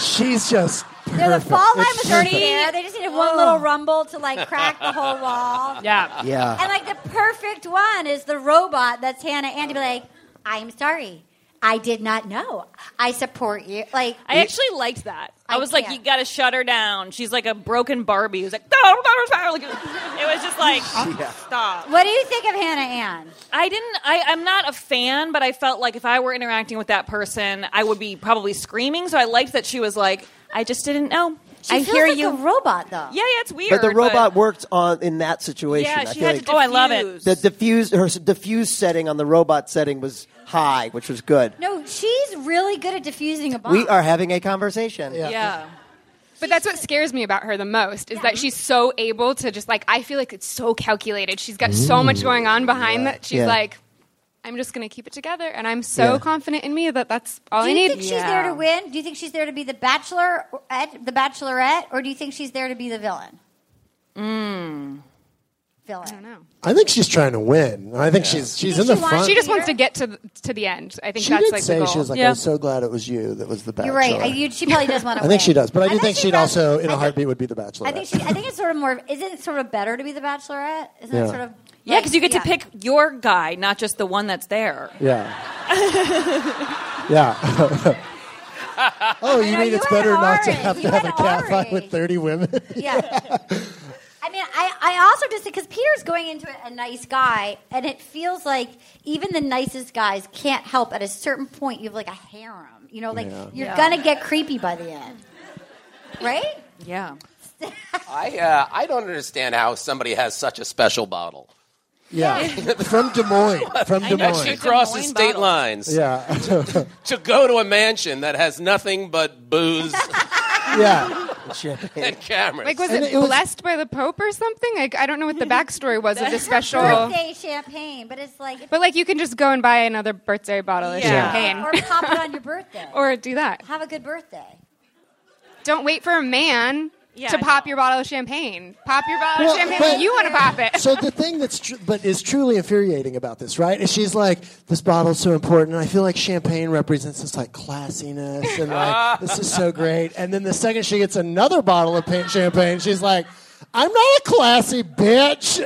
She's just
No, the fall line was already
perfect.
there. They just needed one little rumble to like crack the whole wall.
Yeah.
Yeah.
And like the perfect one is the robot that's Hannah and to be like, I'm sorry. I did not know. I support you. Like
I actually liked that. I,
I
was like,
can't.
"You got to shut her down." She's like a broken Barbie. Who's like, "No, no, no, no." Like, it was- it was just like, stop.
What do you think of Hannah Ann?
I didn't. I, I'm not a fan, but I felt like if I were interacting with that person, I would be probably screaming. So I liked that she was like, "I just didn't know."
She
I
feels
hear
like
you.
a robot though.
yeah, yeah, it's weird.
but the robot worked on in that situation.
Yeah,
I
she
feel
had
like
to Oh, I love it. diffuse.
The diffuse her s- diffuse setting on the robot setting was high, which was good.
No, she's really good at diffusing a bomb.
We are having a conversation.
But that's what scares me about her the most is that she's so able to just like I feel like it's so calculated. She's got so much going on behind that she's
Yeah.
like I'm just going to keep it together and I'm so
Yeah.
confident in me that that's all
do
I
you
need.
think she's there to win? Do you think she's there to be the bachelor, the bachelorette, or do you think she's there to be the villain?
Mm.
Villain.
I think she's trying to win. I think she's she's in the front.
She just wants to get to the, to the end. I think
She
that's
did
like
say
the goal.
she was like, "I'm so glad it was you that was the bachelor."
You're right. I, you, she probably does want
I
to.
think
win.
she does, but I do
think
think
she
she'd
does.
also, in a heartbeat, would be the bachelor.
I think she. I think it's sort of more. Isn't it sort of better to be the bachelorette? Isn't it
Yeah.
sort of?
Yeah, because you get to pick your guy, not just the one that's there.
yeah, yeah. oh, you mean it's better not to have to have a cat fight with thirty women?
Yeah. I mean, I, I also just because Peter's going into a nice guy, and it feels like even the nicest guys can't help. At a certain point, you have like a harem. You know, like
Yeah.
you're
Yeah.
gonna get creepy by the end, right?
Yeah.
I, uh, I don't understand how somebody has such a special bottle.
yeah, from Des Moines. From Des Moines.
Actually crosses state lines
Yeah,
to go to a mansion that has nothing but booze
yeah.
and cameras.
Like was it, blessed by the Pope or something? Like I don't know what the backstory was of the special.
birthday champagne, but it's like
But like you can just go and buy another birthday bottle of
Yeah.
champagne,
or pop it on your birthday,
or do that.
have a good birthday.
Don't wait for a man
Yeah,
to
I
pop your bottle of champagne. Pop your
Oh,
bottle
Well,
of champagne
but-
when you want to pop it.
so the thing that's tr- but is truly infuriating about this, right? Is she's like, this bottle's so important. I feel like champagne represents this like classiness and like this is so great. And then the second she gets another bottle of pink champagne, she's like, I'm not a classy bitch.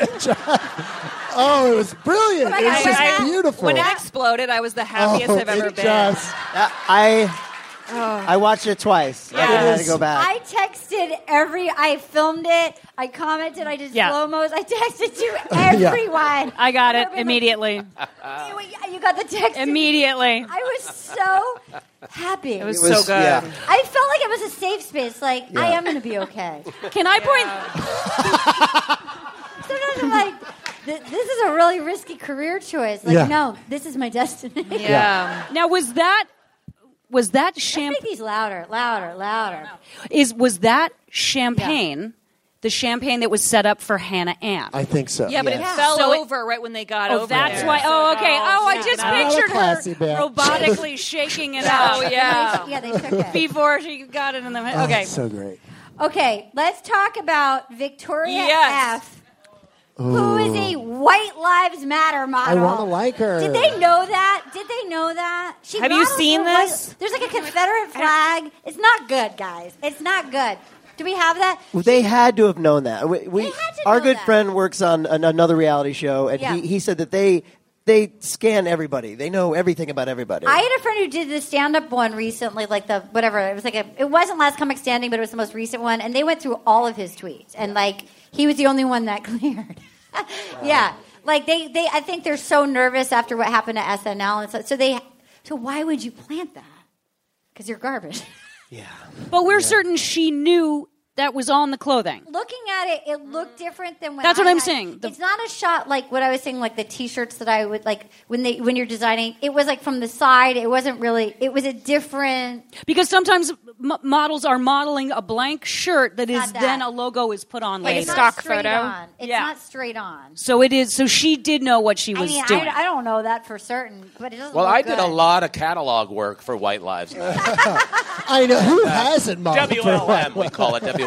oh, it was brilliant. it was just beautiful.
When it exploded, I was the happiest
Oh,
I've ever
it
been.
just-
Uh, I I watched it twice. I didn't have to go back.
I texted every. I filmed it. I commented. I did
Yeah.
slow mos. I texted to
Yeah.
everyone.
I got it immediately.
You got the text
Immediately.
I was so happy.
It was It was- so good. yeah.
I felt like it was a safe space. Like I
Yeah.
am going to be okay.
Can I point?
Sometimes I'm like, "Th- this is a really risky career choice. Like
Yeah.
no, this is my destiny.
Yeah. Now was that was that champagne?
Make these louder, louder, louder.
Is was that champagne? The champagne that was set up for Hannah Ann.
I think so.
Yeah, but it
yes.
fell
So it-
over right when they got
oh,
over.
that's
there.
why. Oh, okay. Oh, I
Yeah.
just
Not a
pictured
classy
her
bitch.
robotically shaking it
Yeah.
out.
Oh,
yeah.
yeah, they took it.
Before she got it in the
Oh,
okay.
it's so great.
Okay, let's talk about Victoria
Yes.
F. Who is
Ooh.
a White Lives Matter
I
model?
want to like her.
Did they know that? Did they know that? She
Have you
models
seen
for white-
this?
There's like a Confederate flag. It's not good, guys. It's not good. Do we have that?
Well, They had to have known that. We, we- our good friend works on an, another reality show, and
Yeah.
he, he said that they they scan everybody. They know everything about everybody.
I had a friend who did the stand-up one recently, like the whatever. It was like a. It wasn't Last Comic Standing, but it was the most recent one, and they went through all of his tweets, and like he was the only one that cleared. yeah, like they, they. I think they're so nervous after what happened to SNL, and so, so they. So why would you plant that? Because you're garbage.
But we're certain she knew that was on the clothing.
Looking at it, it looked different than when.
Mm. That's what
I
I'm
had-
saying. The-
it's not a shot like what I was saying, like the T-shirts that I would like when they when you're designing. It was like from the side. It wasn't really. It was a different.
Because sometimes m- models are modeling a blank shirt that is
Not that.
then a logo is put on
Like
later.
it's not straight On. It's not straight on.
So it is. So she did know what she
I
was
mean,
doing.
I, I don't know that for certain, but it doesn't.
Well,
look
I did a
Oh, good.
lot of catalog work for White Lives Matter.
I know who hasn't modeled for
WLM, we call it WLM.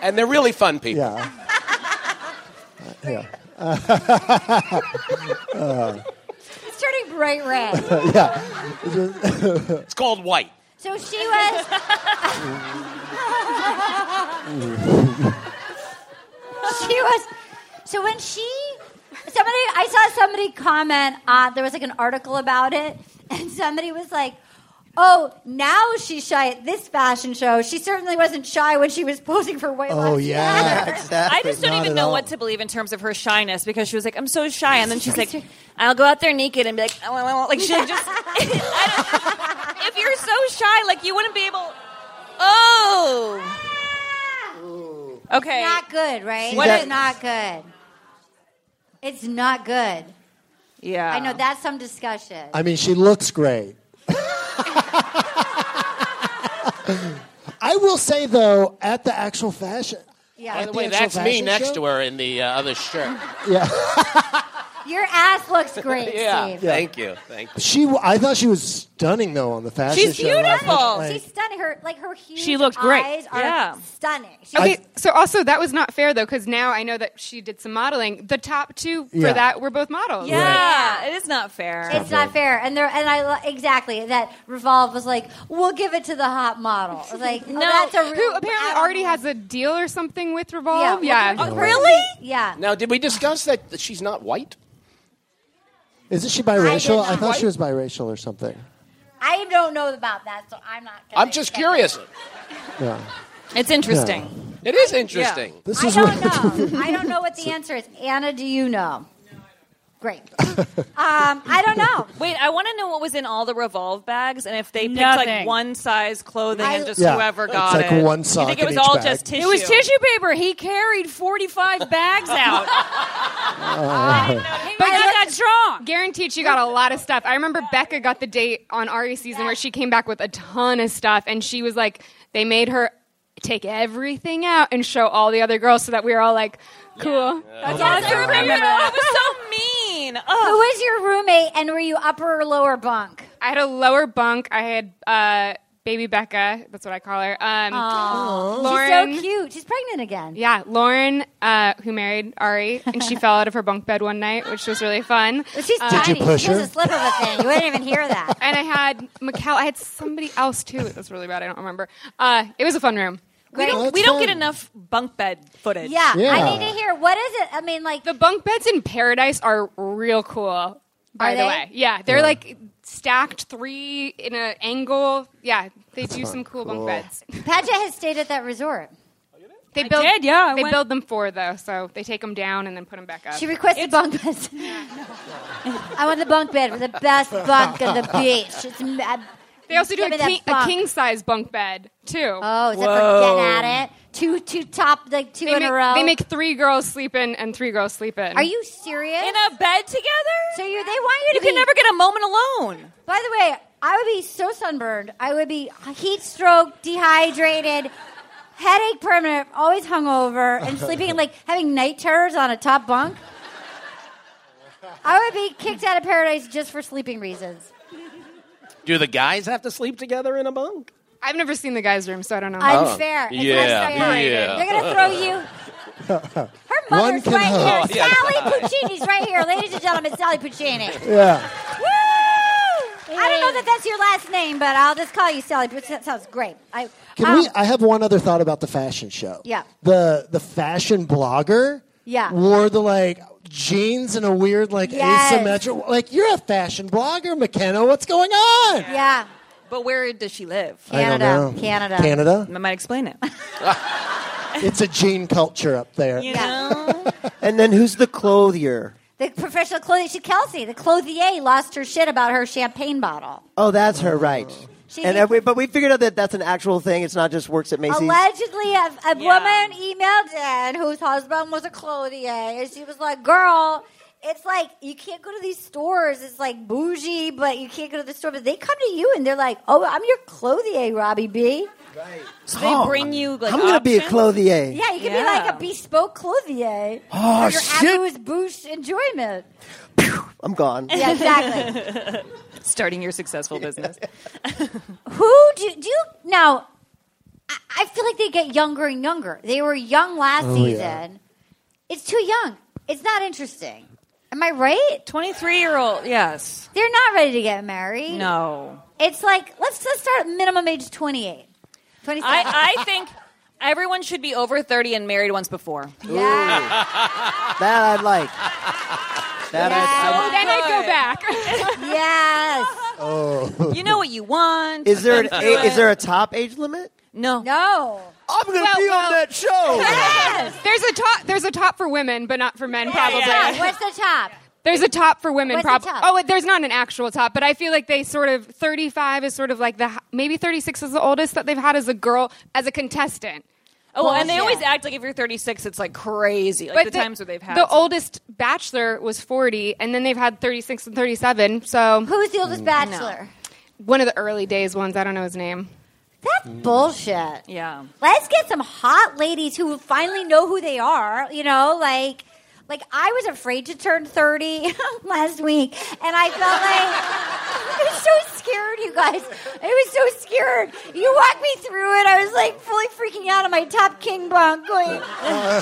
And they're really fun people.
Yeah. Uh,
It's turning bright red.
yeah.
It's called White.
So she was. she was. So when she, somebody, I saw somebody comment. Uh, there was like an article about it, and somebody was like. Oh, now she's shy at this fashion show. She certainly wasn't shy when she was posing for
Oh,
White Lives Matter.
I just don't even know what to believe in terms of her shyness because she was like, I'm so shy. And then she's like, I'll go out there naked and be like, oh, oh, oh," like she just. I don't- if you're so shy, like you wouldn't be able. Oh. Okay.
Not good, right?
See,
What
that-
is not good? It's not good.
Yeah.
I know that's some discussion.
I mean, she looks great. I will say though, at the actual fashion,
Yeah.
By the
the
way,
actual
that's me
fashion
next
show?
to her in the uh, other shirt.
yeah,
Your ass looks great,
yeah.
Steve.
Thank you. Thank you.
she. I thought she was stunning though on the fashion show. Like,
She's stunning. Her like her huge
She looked great.
eyes are
Yeah.
stunning.
Okay, so also that was not fair though, because now I know that she did some modeling. The top two for
Yeah.
that were both models.
Yeah, Right.
it is not fair.
It's not fair, and there and I lo- exactly that revolve was like we'll give it to the hot model. I was like no, that's a
who
real,
apparently already has a deal or something with Revolve.
Yeah,
Oh, Yeah,
we'll give it to- really? Yeah.
Now, did we discuss that that she's not white?
Isn't she biracial?
I
I, thought
did not.
she was biracial or something.
I don't know about that, so I'm not.
I'm just curious.
Yeah.
It's
interesting. It is interesting.
This
I
is
don't
what-
know. I don't know what the answer is. Anna, do you know? Great. Um, I don't know.
Wait, I want to know what was in all the Revolve bags and if they picked
Nothing.
like one size clothing and just
Yeah.
whoever
It's
got
like
it.
one
You
sock
think
in
it was
each
all
bag.
just tissue?
It was tissue paper. He carried 45 bags out.
Uh,
but you got strong. Guaranteed, she got a lot of stuff. I remember Becca got the date on Ari's season where she came back with a ton of stuff, and she was like, they made her take everything out and show all the other girls, so that we were all like, cool.
Yes, I remember that. It was so mean. Ugh.
Who was your roommate, and were you upper or lower bunk?
I had a lower bunk. I had uh, baby Becca. That's what I call her. Um,
Aw.
Lauren.
She's so cute. She's pregnant again.
Yeah, Lauren, uh, who married Ari, and she fell out of her bunk bed one night, which was really fun.
She's
Uh,
tiny. she has a slip of a thing. You wouldn't even hear that.
And I had Mikkel. I had somebody else too. It was really bad. I don't remember. Uh, it was a fun room.
We don't, we don't get enough bunk bed footage.
Yeah,
Yeah.
I need to hear what is it? I mean, like
the bunk beds in Paradise are real cool. By the
Are they?
way, yeah, they're like s- stacked three in an angle. Yeah, they do some cool,
Cool.
bunk beds.
Padgett has stayed at that resort.
They
I
build,
did, yeah, I
They
went-
build them four though, so they take them down and then put them back up.
She requested bunk beds. I want the bunk bed with the best bunk on the beach. It's, m- I-
They also do
give
a
me that
king,
bunk.
a king size bunk bed too.
Oh, is that for get at it? Two, two top, like two
They
in
make,
a row.
They make three girls sleep in and three girls sleep in.
Are you serious? In
a bed together?
So you they want you to
You can never
get a moment alone.
By the way, I would be so sunburned. I would be heat stroke, dehydrated, headache permanent, always hungover, and sleeping and like having night terrors on a top bunk. I would be kicked out of paradise just for sleeping reasons.
Do the guys have to sleep together in a bunk?
I've never seen the guys' room, so I don't know.
Unfair. It's
Oh, Yeah,
unfair.
yeah.
They're gonna throw you. Her
One
mother's
can
right
Oh,
hope.
here. Sally Puccini's right here, ladies and gentlemen. Sally Puccini.
Yeah.
I don't know that that's your last name, but I'll just call you Sally. But that sounds great. I
Can
um,
we? I have one other thought about the fashion show.
Yeah.
The the fashion blogger.
Yeah.
Wore the like jeans and a weird like
Yes.
asymmetrical. Like you're a fashion blogger, McKenna. What's going on?
Yeah.
But where does she live?
I don't Canada. know. Canada. Canada?
That might explain it.
It's a jean culture up there.
You
And then who's the clothier?
The professional clothing. She Kelsey, the clothier, lost her shit about her champagne bottle.
Oh, that's her, right?
She-
and every, but we figured out that that's an actual thing. It's not just works at Macy's.
Allegedly, a, a woman emailed in whose husband was a clothier, and she was like, "Girl." It's like you can't go to these stores. It's like bougie, but you can't go to the store. But they come to you and they're like, "Oh, I'm your clothier, Robbie B."
So they bring you like
I'm gonna be a
options?
clothier.
Yeah, you can be like a bespoke clothier.
Oh,
for your
shit.
Absolute bouche enjoyment.
I'm gone.
Yeah, exactly.
Starting your successful business.
Who do do you now? I, I feel like they get younger and younger. They were young last
Oh,
season.
yeah.
It's too young. It's not interesting. Am I right?
Twenty three year old. Yes.
They're not ready to get married.
No.
It's like let's let's start at minimum age twenty eight. Twenty seven.
I, I think everyone should be over thirty and married once before.
That I'd like. That
So
then I'd
I'd,
go back.
yes.
oh.
You know what you want.
Is there an
Do
a,
it.
is there a top age limit?
No.
No.
I'm gonna be on that show.
There's a top. There's a top for women, but not for men, probably.
yeah. What's the top?
There's a top for women,
What's the
probably.
top?
Oh, wait, there's not an actual top, but I feel like they sort of 35 is sort of like the h- maybe 36 is the oldest that they've had as a girl as a contestant.
Oh, and they always act like if you're 36, it's like crazy. Like the, times where they've had
the oldest bachelor was 40, and then they've had 36 and 37. So
who's
Mm.
the oldest bachelor?
One of the early days ones. I don't know his name.
That bullshit.
Yeah.
Let's get some hot ladies who finally know who they are, you know, like like I was afraid to turn 30 last week and I felt like I was so scared, you guys. I was so scared. You walked me through it. I was like fully freaking out on my top king bunk going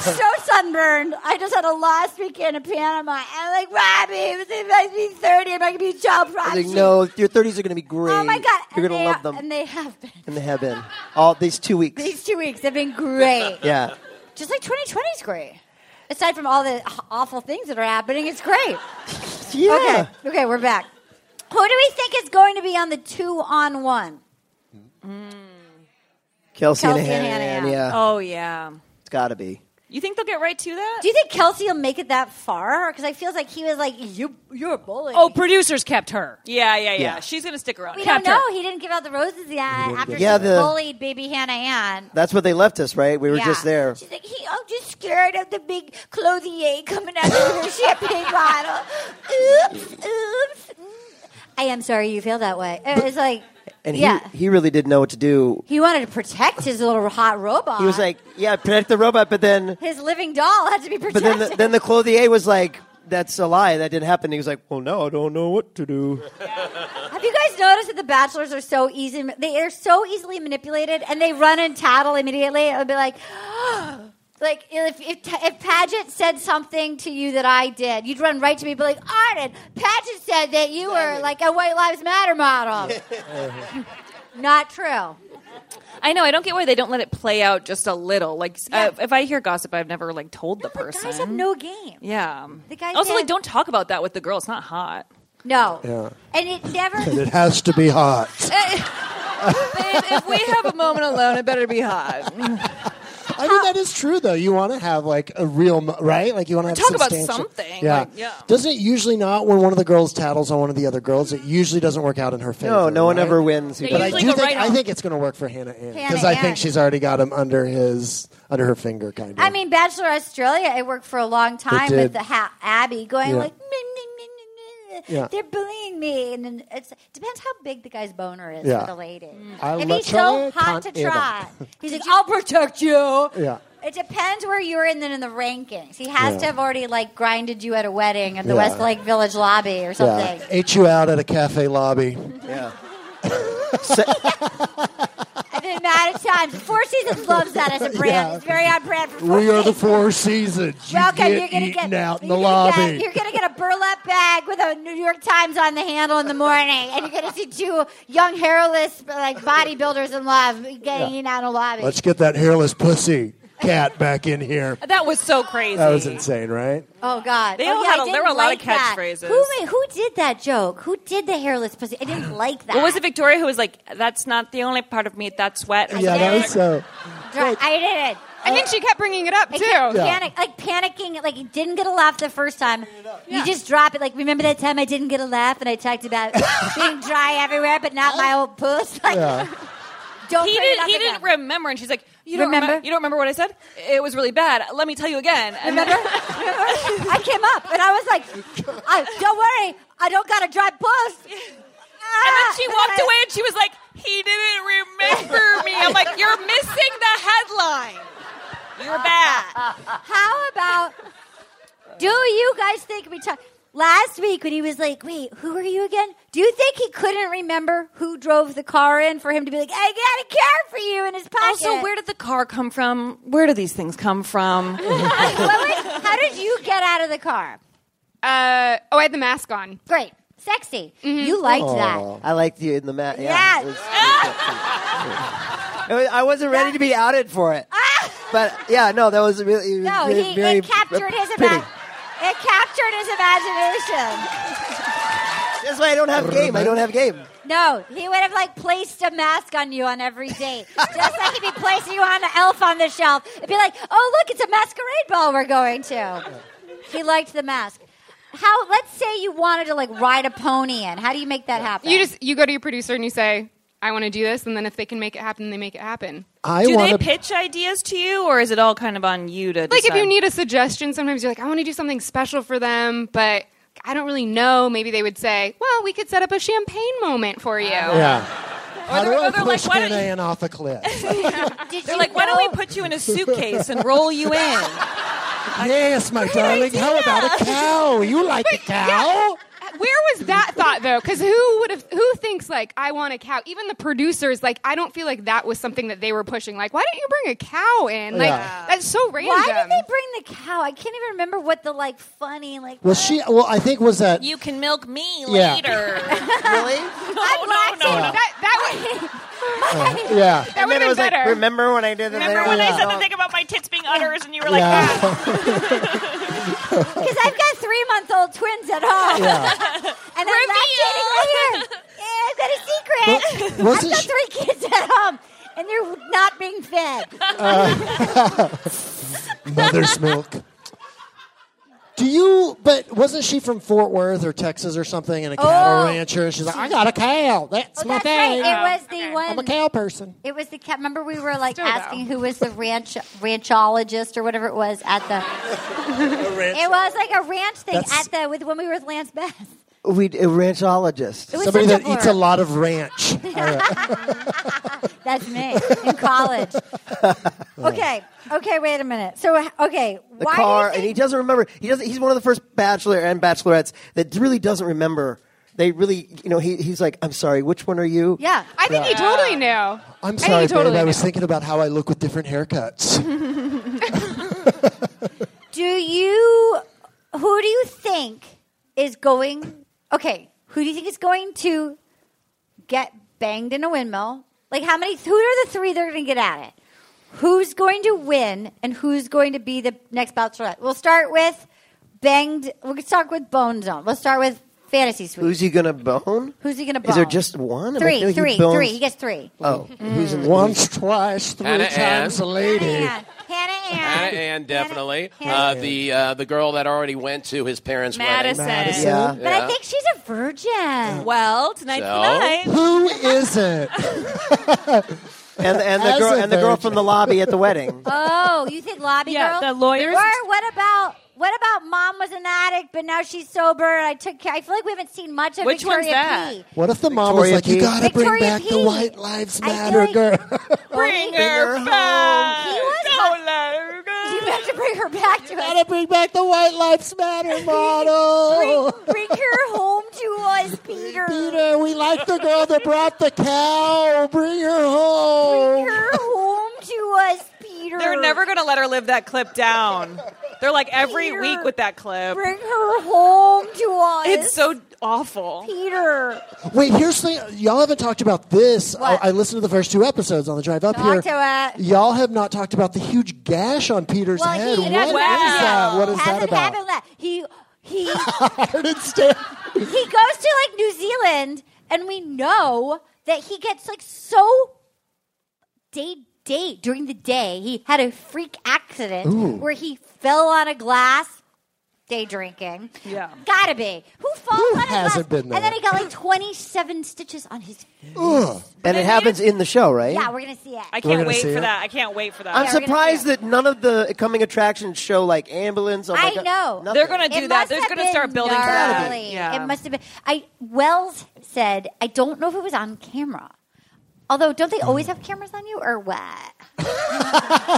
so sunburned. I just had a lost weekend in Panama. I'm like, Robbie, it must be 30. I'm not going to be child
I
prodigy.
think, no, your 30s are gonna be great.
Oh my God.
You're
And
gonna
they
love
are-
them,
And they have been.
and they have been all these two weeks.
These two weeks have been great.
Yeah.
Just like 2020 is great. Aside from all the h- awful things that are happening, it's great.
Yeah.
Okay, okay, we're back. Who do we think is going to be on the two on one?
Kelsey, and
Kelsey and
Hannah.
Hannah,
yeah.
Oh yeah.
It's gotta be.
You think they'll get right to that?
Do you think Kelsey will make it that far? Because I feel like he was like, you, you're a bully.
Oh, producers kept her. Yeah, yeah, yeah.
Yeah.
She's gonna stick around.
we
kept
don't
her.
know. He didn't give out the roses yet after
Yeah,
she
the-
bullied baby Hannah Ann.
That's what they left us, right? We were
Yeah.
just there.
She's like, he, I'm just scared of the big clothier coming out of her champagne bottle. Oops, oops. I am sorry you feel that way. It was like,
And
yeah.
he, he really didn't know what to do.
He wanted to protect his little hot robot.
He was like, "Yeah, protect the robot," but then,
his living doll had to be
but
protected.
then, the, then the clothier was like, "That's a lie. That didn't happen." He was like, "Well, no, I don't know what to do."
Have you guys noticed that the bachelors are so easy? They are so easily manipulated, and they run and tattle immediately. It'll be like, like if if, if Paget said something to you that I did, you'd run right to me, and be like, Arden, Paget said that you were like a White Lives Matter model. Not true.
I know. I don't get why they don't let it play out just a little. Like uh, if I hear gossip, I've never like told the person.
Guys have no game.
yeah.
The guys
also,
have-
like, don't talk about that with the girl. It's not hot.
No.
Yeah.
And it never.
And it has to be hot.
Babe, if we have a moment alone, it better be hot.
I mean, that is true, though. You want to have like a real, mo- right? Like you want to have
Talk about
substantial-
something,
Yeah.
like, yeah.
Doesn't it usually not when one of the girls tattles on one of the other girls? It usually doesn't work out in her favor.
No, no one
right?
ever wins who
But I
does
do
that.
think I think it's going to work for Hannah Ann because
Hannah
I think
Ann.
she's already got him under his under her finger, kind of.
I mean, Bachelor Australia, it worked for a long time
did.
with the ha- Abby going
Yeah.
like,
Yeah.
they're bullying me, and then it's depends how big the guy's boner is
Yeah.
for the lady.
I
if
love
he's so
Charlie
hot to
Cont- Eva.
trot, he's like, I'll protect you.
Yeah.
It depends where you're in the, in the rankings. He has
Yeah.
to have already like grinded you at a wedding at the
Yeah.
Westlake Village lobby or something.
Yeah. Ate you out at a cafe lobby.
Yeah.
I've been mad at times. Four Seasons loves that as a brand.
Yeah.
It's very on brand for Four
we are the
Seasons.
Four Seasons. You
Welcome.
get
you're gonna
eaten
get
out in the
you're gonna get-
lobby.
you're gonna get a burlap bag with a New York Times on the handle in the morning, and you're gonna see two young hairless like bodybuilders in love getting
Yeah.
eaten out in the lobby.
Let's get that hairless pussy cat back in here.
That was so crazy.
That was insane, right?
Oh God!
They
oh,
all
yeah,
had
I
a- there
didn't
were a lot
like
of
that.
catchphrases.
Who ma- who did that joke? Who did the hairless pussy? I didn't like that.
What was it, Victoria, who was like, that's not the only part of me that's wet?
Yeah, that was so.
Dr- I didn't.
And then she kept bringing it up
I
too.
kept Panic, like panicking, like you didn't get a laugh the first time. You just drop it. Like remember that time I didn't get a laugh and I talked about being dry everywhere, but not my old puss. Like don't
he
bring it
didn't,
up
he
again.
didn't remember, and she's like, you don't
Remember?
remember? you don't remember what I said? It was really bad. Let me tell you again. And then-
I came up and I was like, I, "Don't worry, I don't got a dry puss."
And then
"Ah!"
she walked away and she was like, he didn't remember me. I'm like, you're missing the headline. You're bad.
How about? Do you guys think we talked last week when he was like, "Wait, who are you again?" Do you think he couldn't remember who drove the car in for him to be like, "I got a car for you" in his pocket?
Also, where did the car come from? Where do these things come from?
What was- how did you get out of the car?
Uh, oh, I had the mask on. Mm-hmm.
Great, sexy. You liked that.
I liked you in the mat.
Yeah.
Yeah. it was- it was- I wasn't ready to be outed for it. But yeah, no, that was really. It was
No,
very,
he
very
it captured his
pretty.
ima- It captured his imagination.
That's why I don't have game. I don't have game.
No, he would have like placed a mask on you on every date, just like he'd be placing you on an elf on the shelf. It'd be like, oh look, it's a masquerade ball we're going to. He liked the mask. How? Let's say you wanted to like ride a pony in. How do you make that happen?
You just you go to your producer and you say, "I want to do this," and then if they can make it happen, they make it happen.
I
do they
want to.
pitch ideas to you, or is it all kind of on you to
Like if you
decide?
need a suggestion, sometimes you're like, "I want to do something special for them," but I don't really know. Maybe they would say, "Well, we could set up a champagne moment for you."
Yeah. How do
they're-
I
or they're like,
push
why don't
Hannah Ann off a cliff?
Did
They're
you
like, why don't
know-
we put you in a suitcase and roll you in?
yes, my darling. How about a cow? You like a cow?
Where was that thought though? Because who would have? Who thinks like I want a cow? Even the producers, like I don't feel like that was something that they were pushing. Like, why didn't you bring a cow in? Like
Yeah.
that's so random.
Why did they bring the cow? I can't even remember what the like funny like.
Well, she. Well, I think was that.
You can milk me
Yeah.
later.
Really?
I'm laxing.
no.
That, that was.
Yeah.
That
Uh-huh. and then
would've
it was
been
like,
better.
remember when I did that?
Remember when I said
Yeah.
the thing about my tits being udders, and you were like, "Ah."
Yeah.
Because I've got three month old twins at home. And I'm lactating later. Yeah, is that a secret?
Well,
I've
wasn't
got
she-
three kids at home. And they're not being fed.
Uh, Mother's milk. Do you? But wasn't she from Fort Worth or Texas or something, and a cattle
Oh.
rancher? And she's like, I got a cow. That's
Oh,
my
that's right.
thing.
It was the one.
I'm a cow person.
It was the cat. Remember, we were like
Still though.
asking who was the ranch ranchologist or whatever it was at the. It was like a ranch thing
That's-
at the with when we were with Lance Bass.
We a ranchologist.
It was
Somebody
such
that eats a
blur.
lot of ranch.
That's me in college. Okay, okay, wait a minute. So, okay,
The
why
car,
do you
and he
think
doesn't remember. He doesn't. He's one of the first bachelor and bachelorettes that really doesn't remember. They really, you know, he, he's like, I'm sorry, which one are you?
Yeah,
I think he totally knew.
I'm
think you
sorry,
totally
babe. I was
know.
thinking about how I look with different haircuts.
do you? Who do you think is going? Okay, who do you think is going to get banged in a windmill? Like, how many? Who are the three that are going to get at it? Who's going to win, and who's going to be the next Bachelorette? We'll start with banged. We'll start with Bone Zone. We'll start with Fantasy suite.
Who's he gonna bone?
Who's he gonna
Is there
bone? Mm-hmm.
just one? Am I
Three,
thinking
three,
bones-
three. He gets three.
Oh, who's in the
Once, twice, three
Hannah
times
Ann.
a lady.
Hannah Ann, definitely. Uh, the uh, the girl that already went to his parents'
Madison.
wedding.
Madison.
Yeah.
But I think she's a virgin.
Well, tonight's
So?
the night.
Who is it?
and and the
As
girl
a
and the girl
virgin.
from the lobby at the wedding.
Oh, you think lobby
Yeah,
girl?
the lawyers.
Or what about what about mom was an addict but now she's sober and I took care I feel like we haven't seen much of
Which
Victoria
one's that?
P.
What if the mom was
Victoria
like, you
P.
gotta bring
Victoria
back the
P.
White Lives
I feel
Matter
like-
girl?
Bring
her
her back.
He was
Don't let her go.
You have to bring her back to us.
gotta bring back the White Lives Matter model.
Bring her home to us, Peter.
Peter, we like the girl that brought the cow. Bring her home.
Bring her home to us, Peter.
They're never going to let her live that clip down. They're like every
Peter.
week with that clip.
bring her home to us.
It's so awful.
Peter.
Wait, here's the thing. Y'all haven't talked about this. I, I listened to the first two episodes on the drive up
Talk
here.
to it.
Y'all have not talked about the huge gash on Peter's
Well,
head.
he
What is
doesn't
that? What is
hasn't
that about?
happened that. He he
I didn't stand-
he goes to like New Zealand, and we know that he gets like so day date during the day. He had a freak accident where he fell on a glass. Day drinking,
Yeah.
gotta be. Who falls
Who
on a glass?
hasn't been
And then
there?
he got like twenty-seven stitches on his.
Ugh.
And it happens in the show, Oh, right?
Yeah, we're gonna see it.
I
We're
can't
gonna
wait
see
for
it.
that. I can't wait for that.
I'm
Yeah, we're gonna
surprised
see
that none of the coming attractions show like ambulance. Oh my
I
God.
know.
Nothing.
They're going to do
It
that.
must
They're
have
going to
been
start building for that.
gnarly. It must have been. I Wells said, I don't know if it was on camera. Although, don't they always have cameras on you or what?
I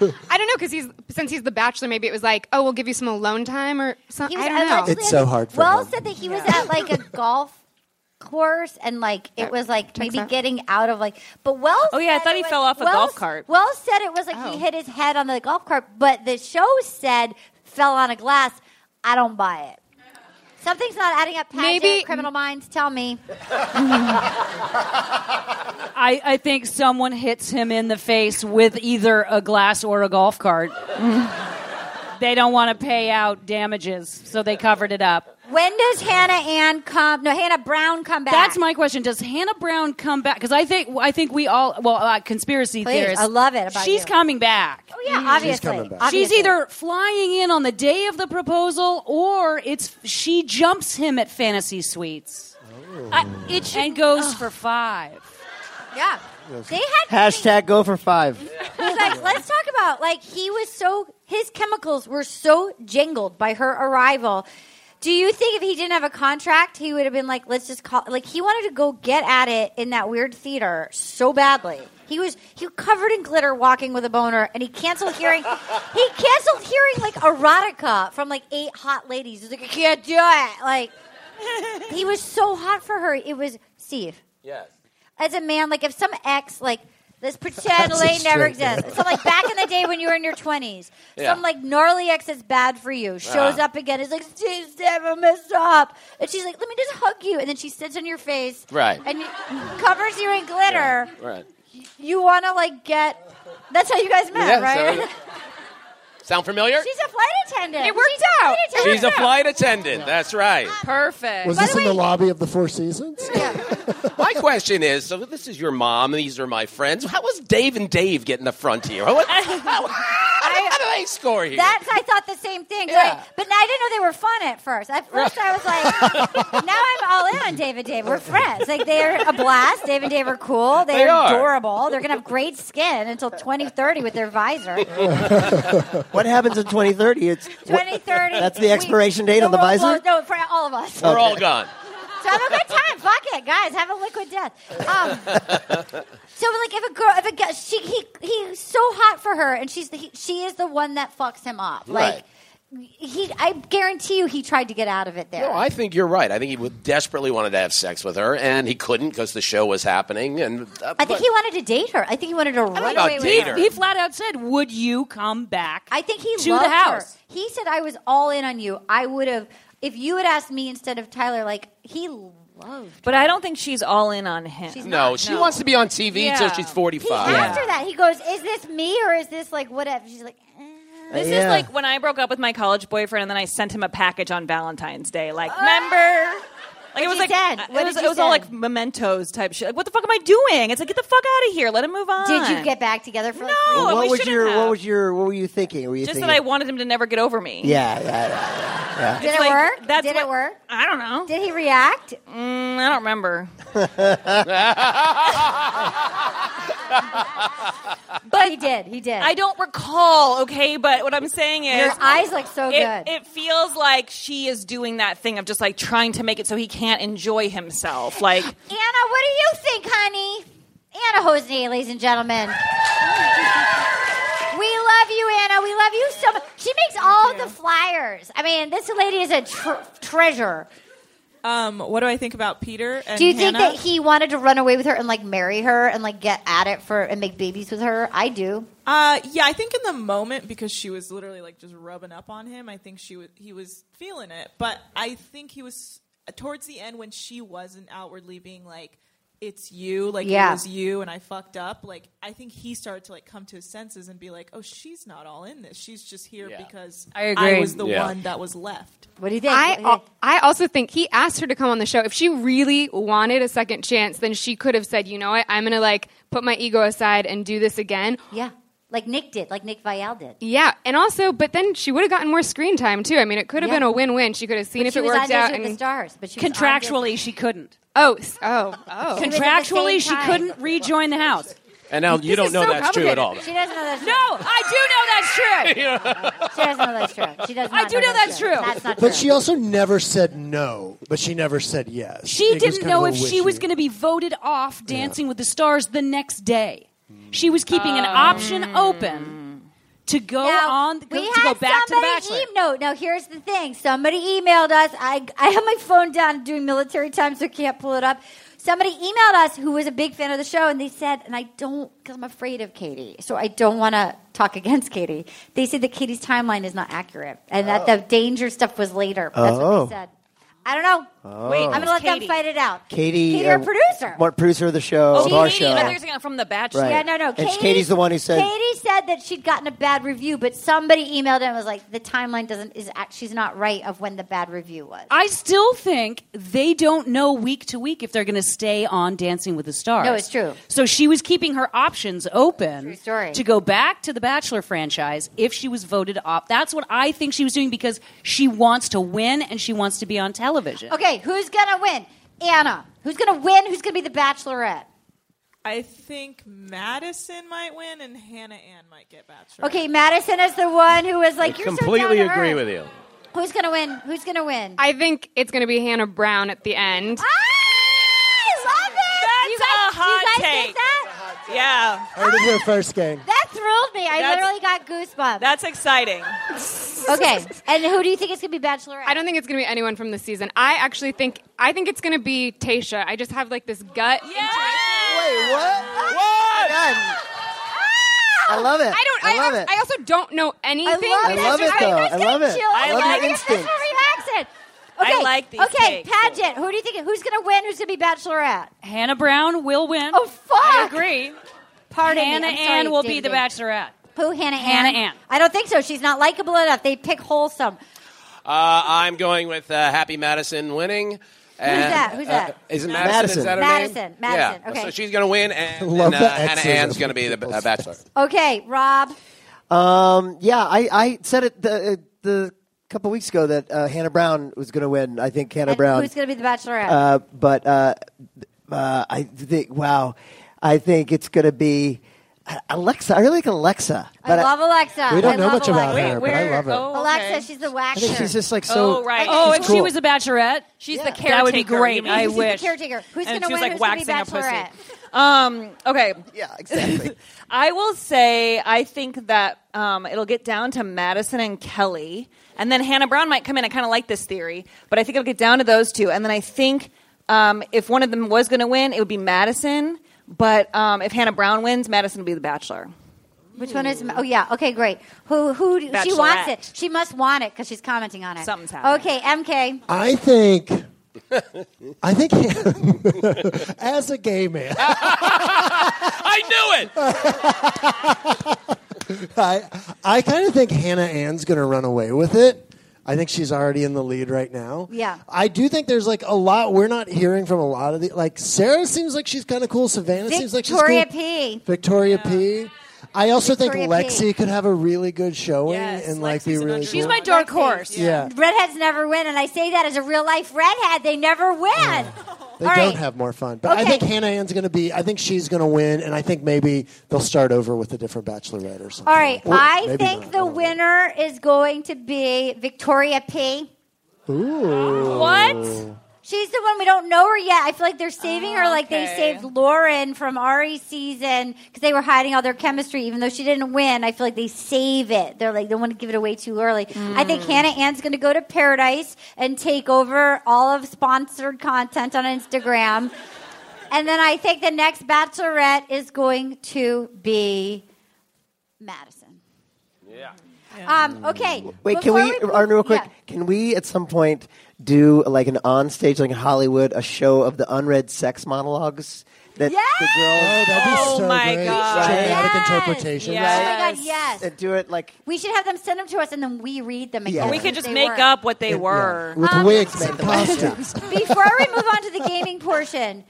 don't know because he's since he's the bachelor. Maybe it was like, oh, we'll give you some alone time or
He
something.
was
I don't know.
allegedly-
It's so hard for
Wells
him.
said that he was at like a golf course and like it was like maybe
out.
getting out of like. But Wells.
Oh, yeah, I
said
thought
it
he
was-
fell off a
Wells-
golf cart.
Wells said it was like
Oh.
he hit his head on the golf cart, but the show said fell on a glass. I don't buy it. Something's not adding up. Pageant,
Maybe-
Criminal Minds, tell me.
I, I think someone hits him in the face with either a glass or a golf cart. they don't want to pay out damages, so they covered it up.
When does Hannah Ann come? No, Hannah Brown come back.
That's my question. Does Hannah Brown come back? Because I think I think we all well uh, conspiracy
Please,
theorists.
I love it about
she's
you.
coming back.
Oh yeah, obviously.
coming back.
She's
Obviously.
either flying in on the day of the proposal, or it's she jumps him at Fantasy Suites.
Oh.
I, it should, and goes for five.
yeah. They had
Hashtag go for five.
He's like, let's talk about like he was so his chemicals were so jangled by her arrival. Do you think if he didn't have a contract, he would have been like, let's just call like he wanted to go get at it in that weird theater so badly. He was he was covered in glitter walking with a boner and he canceled hearing he canceled hearing like erotica from like eight hot ladies. He's like, I can't do it. Like he was so hot for her. It was Steve
Yes.
as a man, like if some ex, like let's pretend
That's a
Elaine never
straight man.
exists. Some like back in the day when you were in your twenties,
Yeah.
some like gnarly ex that's bad for you shows
Ah.
up again. Is like, Steve, Steve, I messed up, and she's like, let me just hug you, and then she sits on your face,
Right.
and you, covers you in glitter.
Right.
You want to like get. That's how you guys met,
Yeah,
right?
so- Sound familiar?
she's a flight attendant.
It worked
She's a flight
out.
attendant.
She's a flight attendant. That's right.
Perfect.
Was
By
this
the
in the
way-
lobby of the Four Seasons?
My question is: So this is your mom, and these are my friends. How was Dave and Dave getting the front here? What- how, how, did- how did they score here?
That's I thought the same thing. So
Yeah.
I- but I didn't know they were fun at first. At first I was like, now I'm all in on Dave and Dave. We're friends. Like they're a blast. Dave and Dave are cool.
They
They're
are.
adorable. They're gonna have great skin until 2030 with their visor.
What happens in 2030? It's
2030.
That's the expiration date on the
world
visor?
blows- no, for all of us.
We're all gone.
So have a good time. Fuck it, guys. Have a liquid death. Um, so like, if a girl, if a guy, she, he, he's so hot for her, and she's the, he, she is the one that fucks him up. Like, he, I guarantee you, he tried to get out of it there.
No, I think you're right. I think he would desperately wanted to have sex with her, and he couldn't because the show was happening. And uh,
I
but-
think
uh,
he wanted to date her. I think he wanted to run
about
away
date
with her.
her.
He flat out said, "Would you come back?"
I think he
to
loved
the house.
her. He said, "I was all in on you. I would have if you had asked me instead of Tyler." Like he loved.
But I don't think she's all in on him.
She's
no, she wants to be on TV until
Yeah.
she's
He
45.
after that, he goes, "Is this me or is this like whatever?" She's like. "Eh."
This
Yeah.
is like when I broke up with my college boyfriend and then I sent him a package on Valentine's Day. Like,
Oh,
remember? Like it was like it
What
was,
did
it
you
was all
send?
like mementos type shit. Like, what the fuck am I doing? It's like get the fuck out of here. Let him move on.
Did you get back together for like
No,
what
oh, we
was
shouldn't
your
have.
What was your What were you thinking? Were you
Just that
thinking?
I wanted him to never get over me.
yeah, yeah, yeah, yeah.
Did
It's
it
like,
work?
that's
Did
what-
it work?
I don't know.
Did he react?
Mm, I don't remember.
but he did. He did.
I don't recall, okay, but what I'm saying is
Your eyes look so
it-
good.
It feels like she is doing that thing of just like trying to make it so he can't enjoy himself. Like
Anna, what do you think, honey? Anna Hosney, ladies and gentlemen. we love you, Anna. We love you so much. She makes all the flyers. I mean, this lady is a tr- treasure.
Um, what do I think about Peter? And
do you think
Hannah?
that he wanted to run away with her and like marry her and like get at it for and make babies with her? I do.
Uh, yeah, I think in the moment because she was literally like just rubbing up on him. I think she was he was feeling it, but I think he was uh, towards the end when she wasn't outwardly being like, "It's you," like
Yeah.
it was you, and I fucked up. Like I think he started to like come to his senses and be like, "Oh, she's not all in this. She's just here because
I agree.
was the
Yeah.
one that was left."
What do you think?
I, al- I also think he asked her to come on the show. If she really wanted a second chance, then she could have said, you know what, I'm going to like put my ego aside and do this again.
Yeah. Like Nick did, like Nick Vial did.
Yeah. And also, but then she would have gotten more screen time too. I mean, it could have
Yeah.
been a win win. She could have seen
But
if
she
it
was on
worked
Days
out.
with the
and-
Stars, but she was on
Contractually, she couldn't.
Oh, s- oh, oh.
She was at the
Contractually, she
same time.
couldn't rejoin the house.
And now you don't know that's true at all.
She doesn't know that's true.
No, I do know that's true.
She doesn't know that's true. She does not
I do know that's true.
That's not true.
But she also never said no, but she never said yes.
She
It was
didn't
kind of
know
a
if she was
wishy-
going to be voted off Dancing with the Stars the next day. She was keeping
Oh.
an option open to go on go,
we
to go
had
back to the
somebody
Bachelor.
em- no, no. Here's the thing. Somebody emailed us. I I have my phone down doing military time, so I can't pull it up. Somebody emailed us who was a big fan of the show, and they said, and I don't because I'm afraid of Katie, so I don't want to talk against Katie. They said that Katie's timeline is not accurate, and that the danger stuff was later. That's
Oh.
what they said. I don't know.
Oh. Wait,
I'm gonna
who's
let
Katie?
them fight it out.
Katie, uh,
Katie, our producer.
what producer of the show,
she
of our
Oh, Katie,
show.
I thought you were talking about from the Bachelor.
Oh, Right.
Yeah, no, no.
And Katie's the one who said-
Katie said that she'd gotten a bad review, but somebody emailed her and was like, "The timeline doesn't is act- she's not right of when the bad review was."
I still think they don't know week to week if they're going to stay on Dancing with the Stars.
No, it's true.
So she was keeping her options open
True story.
to go back to the Bachelor franchise if she was voted off. That's what I think she was doing because she wants to win and she wants to be on television.
Okay, who's gonna win? Anna. Who's gonna win? Who's gonna be the Bachelorette?
I think Madison might win and Hannah Ann might get Bachelor.
Okay, Madison is the one who was like,
I
"You're
completely
so down to
agree
earth."
with you.
Who's gonna win? Who's gonna win? Ah!
I think it's going to be Hannah Brown at the end.
I love it.
That's
you
a
guys,
hot
you guys
take.
Get that?
Yeah,
Heard it here first, gang.
that thrilled me. I
That's-
literally got goosebumps.
that's exciting.
okay, and who do you think is gonna be Bachelorette?
I don't think it's going to be anyone from the season. I actually think I think it's going to be Tasha. I just have like this gut. Yeah.
Wait, what? What? I love it.
I don't.
I
I,
love
al-
it.
I also don't know anything.
I love it, though. I love it. I love your instincts.
accent.
I
Okay.
like these
Okay,
takes.
pageant. Who do you think? Who's gonna win? Who's gonna be Bachelorette?
Hannah Brown will win.
Oh fuck!
I agree.
Pardon me,
Hannah
I'm sorry,
Ann will be
David.
the Bachelorette.
Who? Hannah Ann.
Hannah Ann.
I don't think so. She's not likable enough. They pick wholesome.
Uh, I'm going with uh, Happy Madison winning.
that? Who's that?
Isn't
Madison.
Madison? Is that her
Madison.
name?
Madison,
Yeah.
okay.
So she's going to win, and,
Love
and, uh,
the
Hannah
X's
Ann's going to be the uh, bachelor.
Okay, Rob.
Um, yeah, I, I said it the, uh, the couple weeks ago that uh, Hannah Brown was going to win. I think Hannah
And
Brown.
Who's gonna be the Bachelorette?
uh, but uh, uh, I think wow, I think it's going to be uh, Alexa. I really like Alexa.
I
But
love Alexa.
We don't
I
know
love
much about
Alexa.
her, but I love her.
Alexa, she's the
I
waxer.
think she's just like so.
Oh,
she's
if
cool.
she was a Bachelorette,
She's
Yeah.
the caretaker.
That would be great.
you mean?
I
She's the
wish.
caretaker. Who's
and
gonna
she was
win?
like
Who's gonna be
waxing a pussy.
bachelorette?
Um, okay.
Yeah, exactly.
I will say I think that um, it'll get down to Madison and Kelly, and then Hannah Brown might come in. I kind of like this theory, but I think it'll get down to those two, and then I think um, if one of them was going to win, it would be Madison. But um, if Hannah Brown wins, Madison will be the Bachelor.
Which one is? Oh yeah. Okay, great. Who? Who? She
Bachelorette.
wants it. She must want it because she's commenting on it.
Something's happening.
Okay, MK.
I think. I think as a gay man,
I knew it.
I I kind of think Hannah Ann's going to run away with it. I think she's already in the lead right now.
Yeah.
I do think there's like a lot we're not hearing from a lot of the like Sarah seems like she's kind of cool. Savannah seems like she's
Victoria
cool.
P.
Victoria P. I also
Victoria
think
P.
Lexi could have a really good showing and like be really.
She's
cool.
my dark horse.
Yeah.
Redheads never win, and I say that as a real life redhead. They never win.
They
All
don't
right.
have more fun, but I
Okay.
think Hannah Ann's going to be. I think she's going to win, and I think maybe they'll start over with a different bachelorette or something.
All right.
Or
I
maybe
think the winner is going to be Victoria P.
not. Ooh.
What? She's the one we don't know her yet. I feel like they're saving her like they saved Lauren from Ari's season because they were hiding all their chemistry, even though she didn't win. I feel like they save it. They're like, they want to give it away too early. I think Hannah Ann's going to go to Paradise and take over all of sponsored content on Instagram. and then I think the next bachelorette is going to be Madison.
Yeah.
Um, okay.
Wait, can
before
we, Arden, real quick? Can we at some point do like an onstage, like in Hollywood, a show of the unread sex monologues that the girls?
Oh, that'd be so great. Dramatic interpretation.
Oh my God, yes.
And do it like
We should have them send them to us and then we read them again.
Yeah.
We could
since
just
they
make
were-
up what they were.
with
Um,
wigs and costumes.
Before we move on to the gaming portion,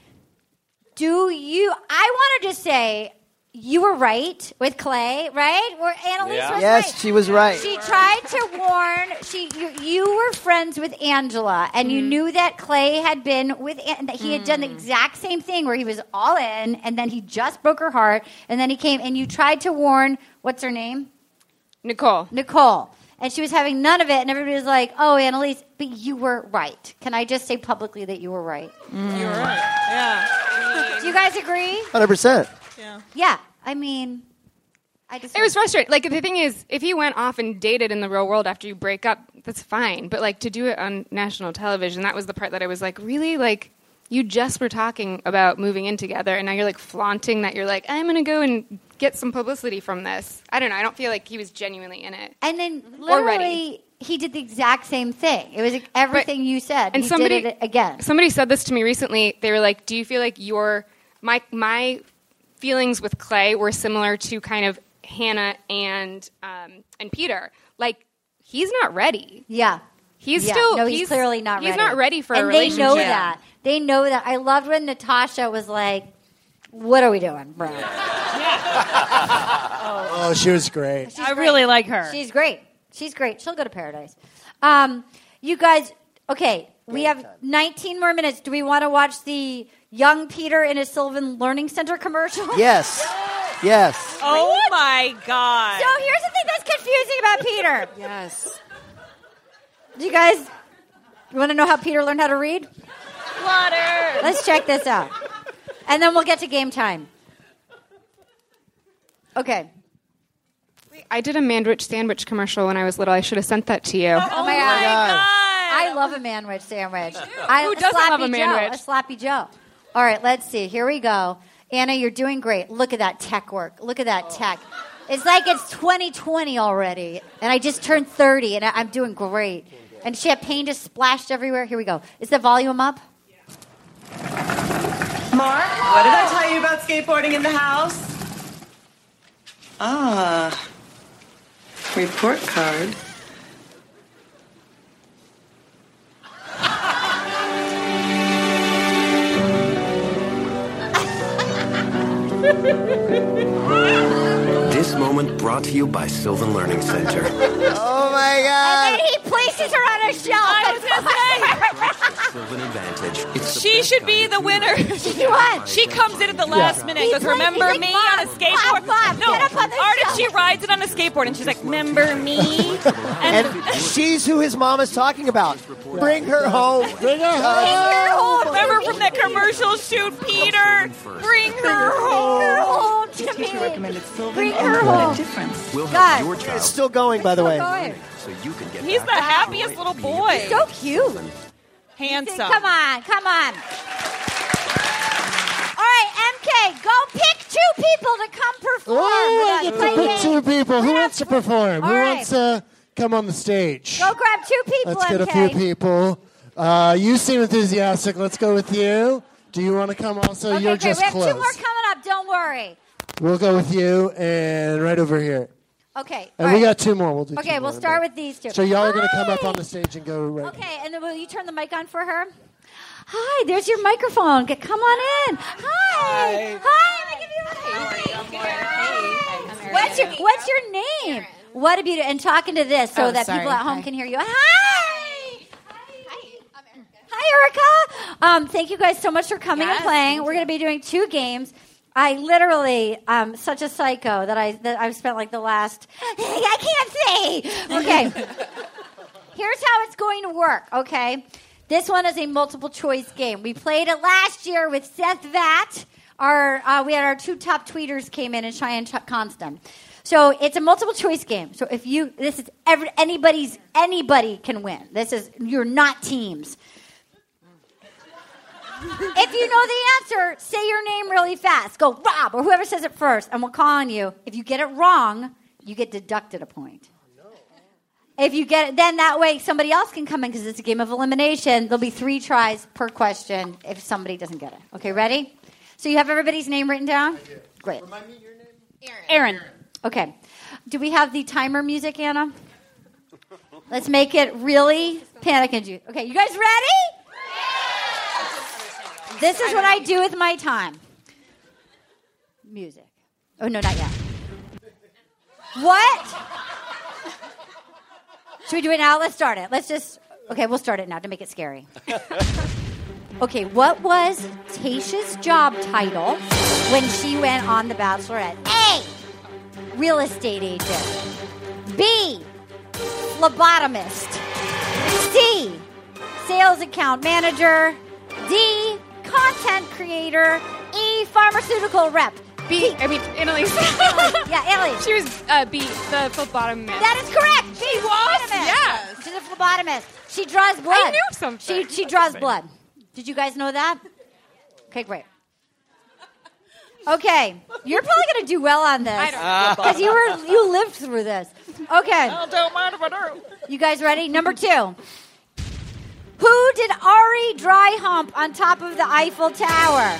do you? I wanted to say you were right with Clay, right? Were Annalise
Yeah.
was
Yes,
right.
she was right.
She tried to warn. She you, you were friends with Angela, and
Mm.
you knew that Clay had been with An- that he had done the exact same thing where he was all in, and then he just broke her heart, and then he came and you tried to warn. What's her name?
Nicole.
Nicole. And she was having none of it, and everybody was like, oh, Annalise, but you were right. Can I just say publicly that you were right?
You're
Mm.
right. Yeah.
Do you guys agree?
hundred percent.
Yeah. I mean, I just.
It was frustrating. Like the thing is, if you went off and dated in the real world after you break up, that's fine. But like to do it on national television, that was the part that I was like, really, like you just were talking about moving in together, and now you're like flaunting that you're like, I'm gonna go and get some publicity from this. I don't know. I don't feel like he was genuinely in it.
And then
Mm-hmm. Or
literally,
ready.
he did the exact same thing. It was like everything you said.
and
he
somebody-
did it again.
Somebody said this to me recently. They were like, "Do you feel like your my my feelings with Clay were similar to kind of Hannah and um, and Peter? Like he's not ready.
Yeah.
He's
Yeah.
still
No, he's, clearly not
he's
ready.
not ready for
and
a
they
relationship.
know that. They know that. I loved when Natasha was like, what are we doing, bro?
Oh, she was great.
I really like her. She's great. She's great. She'll go to paradise. Um, you guys, okay, we have 19 more minutes. Do we want to watch the young Peter in a Sylvan Learning Center commercial?
Yes. Yes.
Oh my god.
So here's the thing that's confusing about Peter.
Yes.
Do you guys you want to know how Peter learned how to read?
Water.
Let's check this out. And then we'll get to game time. Okay.
I did a Mandwich sandwich commercial when I was little. I should have sent that to you.
Oh, my god. I love a manwich sandwich. I,
Who doesn't
sloppy
love a
Joe, a
manwich?
sloppy Joe. All right, let's see. Here we go. Anna, you're doing great. Look at that tech work. Look at that tech. It's like it's 2020 already, and I just turned 30, and I, I'm doing great. And champagne just splashed everywhere. Here we go. Is the volume up?
Mark, what did I tell you about skateboarding in the house? Ah, report card.
Oh
This moment brought to you by Sylvan Learning Center.
Oh
my
god! And then he places her on a shelf. I was gonna say.
Sylvan Advantage. It's the
She
best
should be the winner.
She won.
She comes in at the last
Yeah.
minute
He's
and goes,
like-
"Remember
he's like,
me
"Mom,
on a skateboard?"
Mom, Mom,
no,
get up on the
Arden,
shelf.
she rides it on a skateboard and she's like, "Remember me?"
And she's who his mom is talking about. Bring her home. Bring her
home. Remember from that commercial shoot, Peter? Bring her home.
Bring her home to me.
recommended
Bring her home.
We'll
God.
your child. It's still going, by the way.
So you can get
He's the happiest little boy.
So cute.
Handsome.
Come on, come on. All right, MK, go pick two people to come perform.
Oh, I get
with us.
to
Play
pick two people. Who wants to perform?
All
Who
right.
wants to come on the stage?
Go grab two people,
Let's get a
MK.
few people. Uh, you seem enthusiastic. Let's go with you. Do you want to come also?
okay,
You're
great.
just
we have
close.
two more coming up. Don't worry.
We'll go with you and right over here.
Okay.
And
all
we
right.
got two more. We'll do two
Okay, we'll
more.
start with these two.
So y'all are going to come up on the stage and go right.
Okay, and then will you turn the mic on for her? Hi, there's your microphone. G- Come on in. Hi. Hi. let me give you a hand. What's your What's your name? What a beauty! And talking to this so
Oh,
that
sorry.
people at home
Hi.
can hear you. Hi. Hi, Erica. Um, thank you guys so much for coming and playing. We're going to be doing two games. I literally, um, such a psycho that I that I've spent like the last. I can't see. Okay. Here's how it's going to work, okay? This one is a multiple choice game. We played it last year with Seth Vatt. Our, uh, we had our two top tweeters came in, and Cheyenne Ch- Constant. So it's a multiple choice game. So if you, this is every, anybody's, anybody can win. This is, you're not teams. if you know the answer, say your name really fast. Go Rob or whoever says it first, and we'll call on you. If you get it wrong, you get deducted a point. If you get it, then that way somebody else can come in because it's a game of elimination. There'll be three tries per question if somebody doesn't get it. Okay, ready? So you have everybody's name written down? Great. Remind me your name? Aaron. Aaron. Okay. Do we have the timer music, Anna? Let's make it really panic inducing. Okay, you guys ready? This is what I do with my time. Music. Oh, no, not yet. What? Should we do it now? Let's start it. Let's just. Okay, we'll start it now to make it scary. Okay, what was Tasha's job title when she went on The Bachelorette? A. Real estate agent. B. Phlebotomist. C. Sales account manager. D. Content creator. E. Pharmaceutical rep. B. I mean, Annalise. yeah, Annalise. She was uh, B. The phlebotomist. That is correct. She was.
Yes.
She's a phlebotomist. She draws blood.
knew something.
She she draws
Amazing.
blood. Did you guys know that? Okay, great. Okay, you're probably going to do well on this
don't-
because you were you lived through this. Okay.
Oh.
I
don't mind if I do. You guys ready? Number two. Who did Ari dry hump on top of the Eiffel Tower?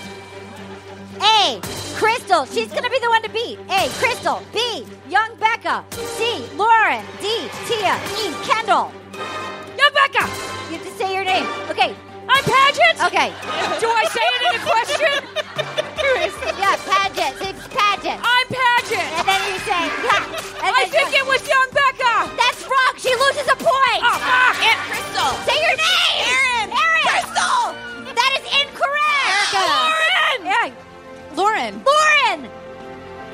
A. Crystal. She's going to be the one to beat. A. Crystal. B. Young Becca. C. Lauren. D. Tia. E. Kendall. Young Becca. You have to say your name. Okay. I'm Pageant. Okay.
Do I say it in a question?
yeah, Pageant. It's Pageant. I'm Pageant. And then you say, yeah. And I think it was Young Becca. That's wrong. She loses a point. Oh, Aunt Crystal. Say your name. Erin. Erin. Crystal. That is incorrect. Lauren. Lauren. Lauren.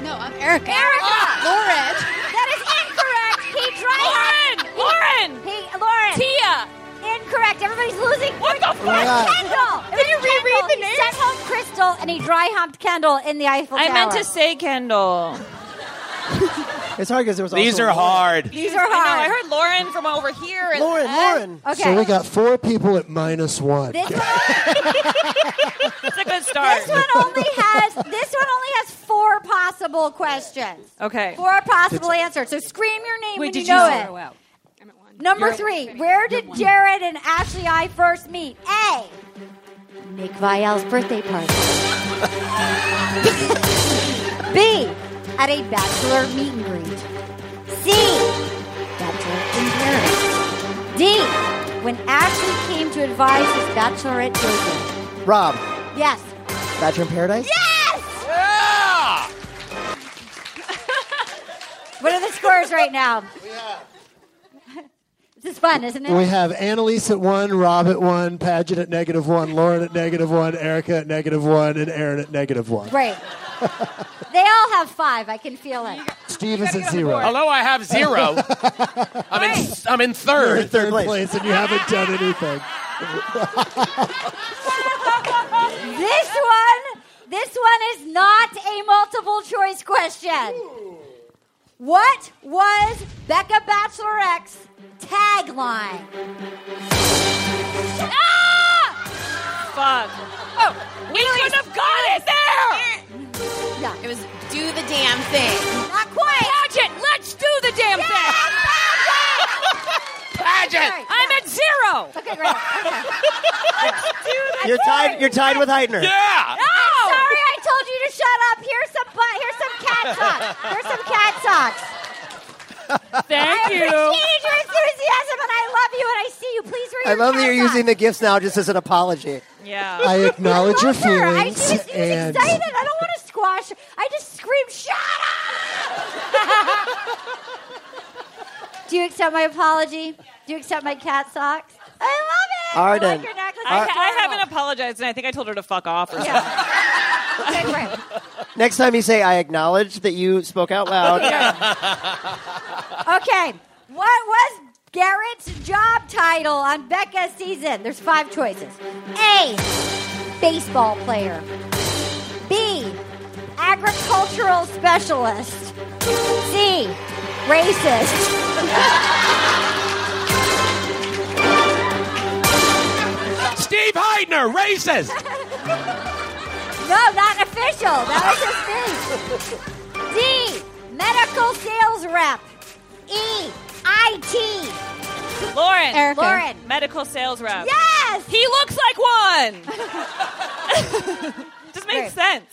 No, I'm Erica. Erica. Lauren. That is incorrect. He tried. Lauren. Lauren. He, Lauren. Tia. Incorrect. Everybody's losing. What the
fuck?
Kendall. Did you reread the name? He sent home Crystal and he dry humped Kendall in the Eiffel
I
Tower.
meant to say Kendall.
It's hard because there was.
These
also
are hard.
These are
I know,
hard.
I heard Lauren from over here. and-
Lauren,
Uh,
Lauren.
Okay.
So we got four people at minus one.
This one,
It's a good start.
this one only has this one only has four possible questions.
Okay.
Four possible answers. So scream your name when
Wait,
you
did
know
you
it.
zero out?
Number
You're at
three. Where did Jared and Ashley I first meet? A. Nick Vial's birthday party. B. At a bachelor meet and greet. C. Bachelor in Paris. D. When Ashley came to advise his bachelorette children.
Rob,
Yes.
Bachelor in Paradise.
Yes! What are the scores right now? This is fun, isn't it?
We have Annalise at one, Rob at one, Paget at negative one, Lauren at negative one, Erica at negative one, and Aaron at negative one.
Great. they all have five. I can feel it.
Steve is at zero.
Although I have zero, I'm in, I'm in third.
You're in third place. and you haven't done anything.
This one, this one is not a multiple choice question. What was Becca Bachelor X tagline?
Ah! Fuck. Oh, we could have got it there.
Yeah.
It was do the damn thing.
Not quite.
Pageant, let's do the damn thing.
Pageant.
I'm at zero.
Okay, great. Okay.
You're tied. You're tied with Heidner.
Yeah.
Oh!
I'm sorry, I told you to shut up. Here's some butt. Here's some cat socks. Here's some cat socks. appreciate your enthusiasm, and I love you, and I see you. Please read
I love that you're using the gifts now just as an apology.
Yeah.
I acknowledge your feelings
I, she was, she was
and-
excited. I don't want to squash. I just screamed, "Shut up!" Do you accept my apology? Do you accept my cat socks? I love it.
Arden.
I like your necklace.
I,
It's
I haven't apologized, and I think I told her to fuck off or something.
adorable. Okay, great.
Next time you say, I acknowledge that you spoke out loud.
Okay, what was Garrett's job title on Becca's season? There's five choices A, baseball player, B, agricultural specialist, C, racist.
Steve Heidner, racist.
No, not official. That was his thing. D. Medical sales rep. E. IT.
Lauren.
Erica. Lauren.
Medical sales rep.
Yes!
He looks like one. Just makes sense.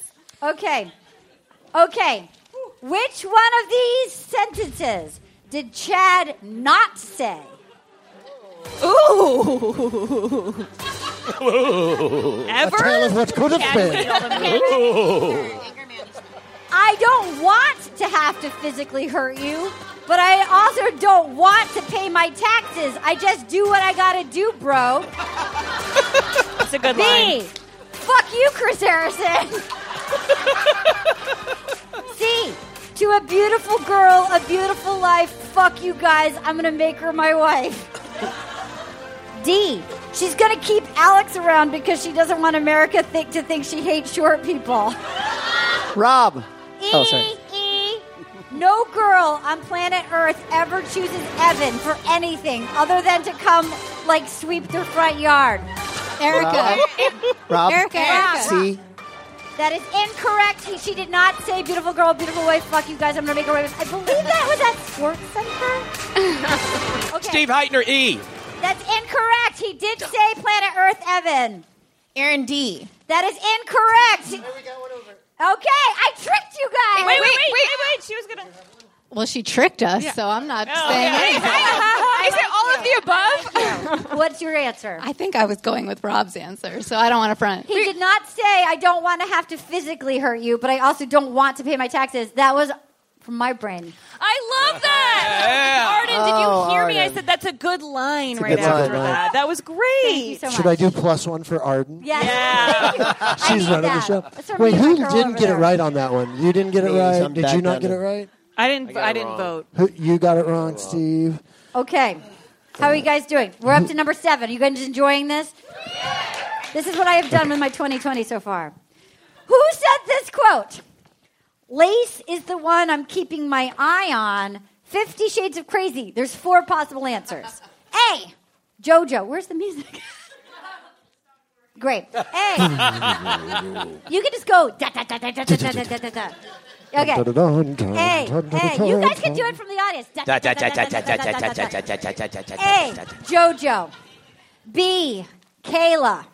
Okay. Okay. Which one of these sentences did Chad not say? Ooh.
A tale of what could have been.
Ooh.
I don't want to have to physically hurt you, but I also don't want to pay my taxes. I just do what I gotta do, bro.
That's a good
B.
line.
Fuck you, Chris Harrison. C. To a beautiful girl, a beautiful life. Fuck you guys. I'm gonna make her my wife. D. She's gonna keep Alex around because she doesn't want America think to think she hates short people.
Rob.
E.
Oh, sorry.
No girl on planet Earth ever chooses Evan for anything other than to come like sweep their front yard. Erica.
Rob.
Erica. Erica.
C.
That is incorrect. He, she did not say beautiful girl, beautiful wife, fuck you guys, I'm gonna make a raven. I believe that was at Sports Center. okay.
Steve Heitner, E.
That's incorrect. He did say planet Earth, Evan. Aaron D. That is incorrect. There we got one over. Okay, I tricked you guys.
Wait, wait, wait, wait, wait. She was gonna.
Well, she tricked us,
Yeah.
so I'm not
Oh,
saying
okay.
anything.
Uh-huh.
Is it all of the above?
What's your answer?
I think I was going with Rob's answer, so I don't want to front.
He did not say, I don't want to have to physically hurt you, but I also don't want to pay my taxes. That was from my brain.
I love that. Arden, did
Oh,
you hear me? I
Arden.
said that's a good line
a
right
good
after
line, right.
that. That was great.
Should I do plus one for Arden?
Yes.
Yeah.
She's running the show.
That's from
Wait,
me,
who
that girl
didn't
over
get it
there.
right on that one? You didn't get it
Me,
right.
some
Did
back
you not get it
down.
right?
I didn't. I, didn't vote.
Who, you got it wrong, Steve.
Okay. How are you guys doing? We're up to number seven. you guys enjoying this? This is what I have done with my 2020 so far. Who said this quote? Lace is the one I'm keeping my eye on. Fifty Shades of Crazy. There's four possible answers. A. JoJo. Where's the music? Great. A. You can just go da da da da da da da da da da. Okay. Hey, hey, you guys can do it from the audience. Da, da, da, da, da, da, da, da, da, da. A. JoJo. B. Kayla.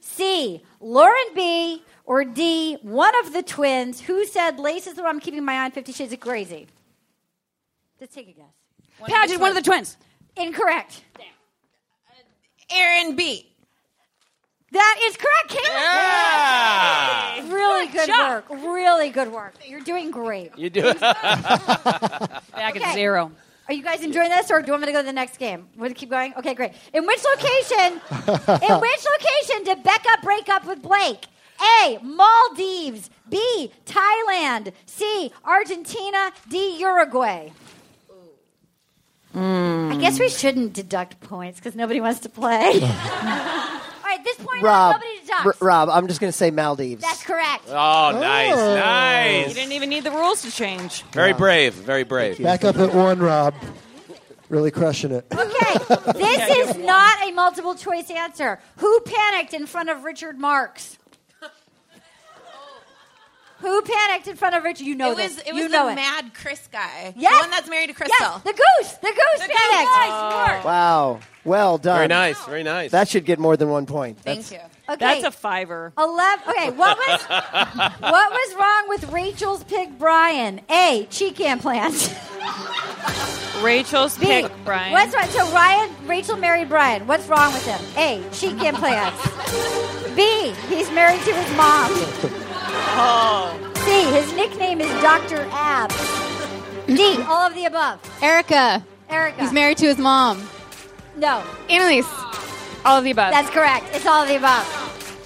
C. Lauren B. Or D. One of the twins who said lace is the one I'm keeping my eye on. Fifty Shades of Crazy. Let's take a guess.
Pageant, one of the twins.
Incorrect.
Aaron B.
That is correct, Kayla.
Yeah.
Really
Good
good
job.
work. Really good work. You're doing great.
You do.
Back
Okay.
at zero.
Are you guys enjoying this, or do you want me to go to the next game? Want to keep going? Okay, great. In which location? in which location did Becca break up with Blake? A. Maldives. B. Thailand. C. Argentina. D. Uruguay. I guess we shouldn't deduct points because nobody wants to play. All right, this point
Rob.
nobody deducts.
R- Rob, I'm just going to say Maldives.
That's correct.
Oh, nice,
Oh.
You
nice.
didn't even need the rules to change.
Very brave, very brave.
Back up at one, Rob. Really crushing it.
This is not a multiple choice answer. Who panicked in front of Richard Marks? Who panicked in front of Richard? You know
it was
this.
it was
you
the
know it.
mad Chris guy.
Yes.
The one that's married to Crystal.
Yes, the goose. The goose
The goose.
panicked.
Nice
Wow. Well done.
Very nice, very nice.
That should get more than one point.
Thank you. Okay.
That's a fiver.
Eleven. Okay. What was what was wrong with Rachel's pig Brian? A. Cheek implant.
Rachel's
B.
pick, Brian.
What's right? So Ryan, Rachel married Brian. What's wrong with him? A. She can't play us. B. He's married to his mom. Oh. C. His nickname is Doctor Ab. D. All of the above.
Erica.
Erica.
He's married to his mom.
No.
Annalise. All of the above.
That's correct. It's all of the above.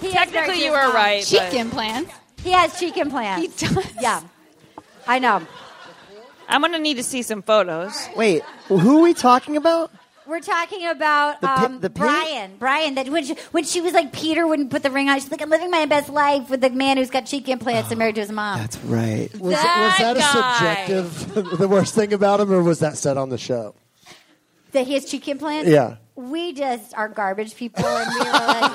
He is
Technically,
married
you
to his
were
mom.
right, Cheek but-
implants.
He has cheek implants. He does. Yeah. I know.
I'm gonna need to see some photos.
Wait, who are we talking about?
We're talking about
The pi-
um,
the pig?
Brian. Brian, that when she, when she was like Peter wouldn't put the ring on, she's like, "I'm living my best life with the man who's got cheek implants and married to his mom."
That's right.
Was, was that
That
a subjective, the worst thing about him, or was that said on the show?
That he has cheek implants.
Yeah.
We just are garbage people, and we were like,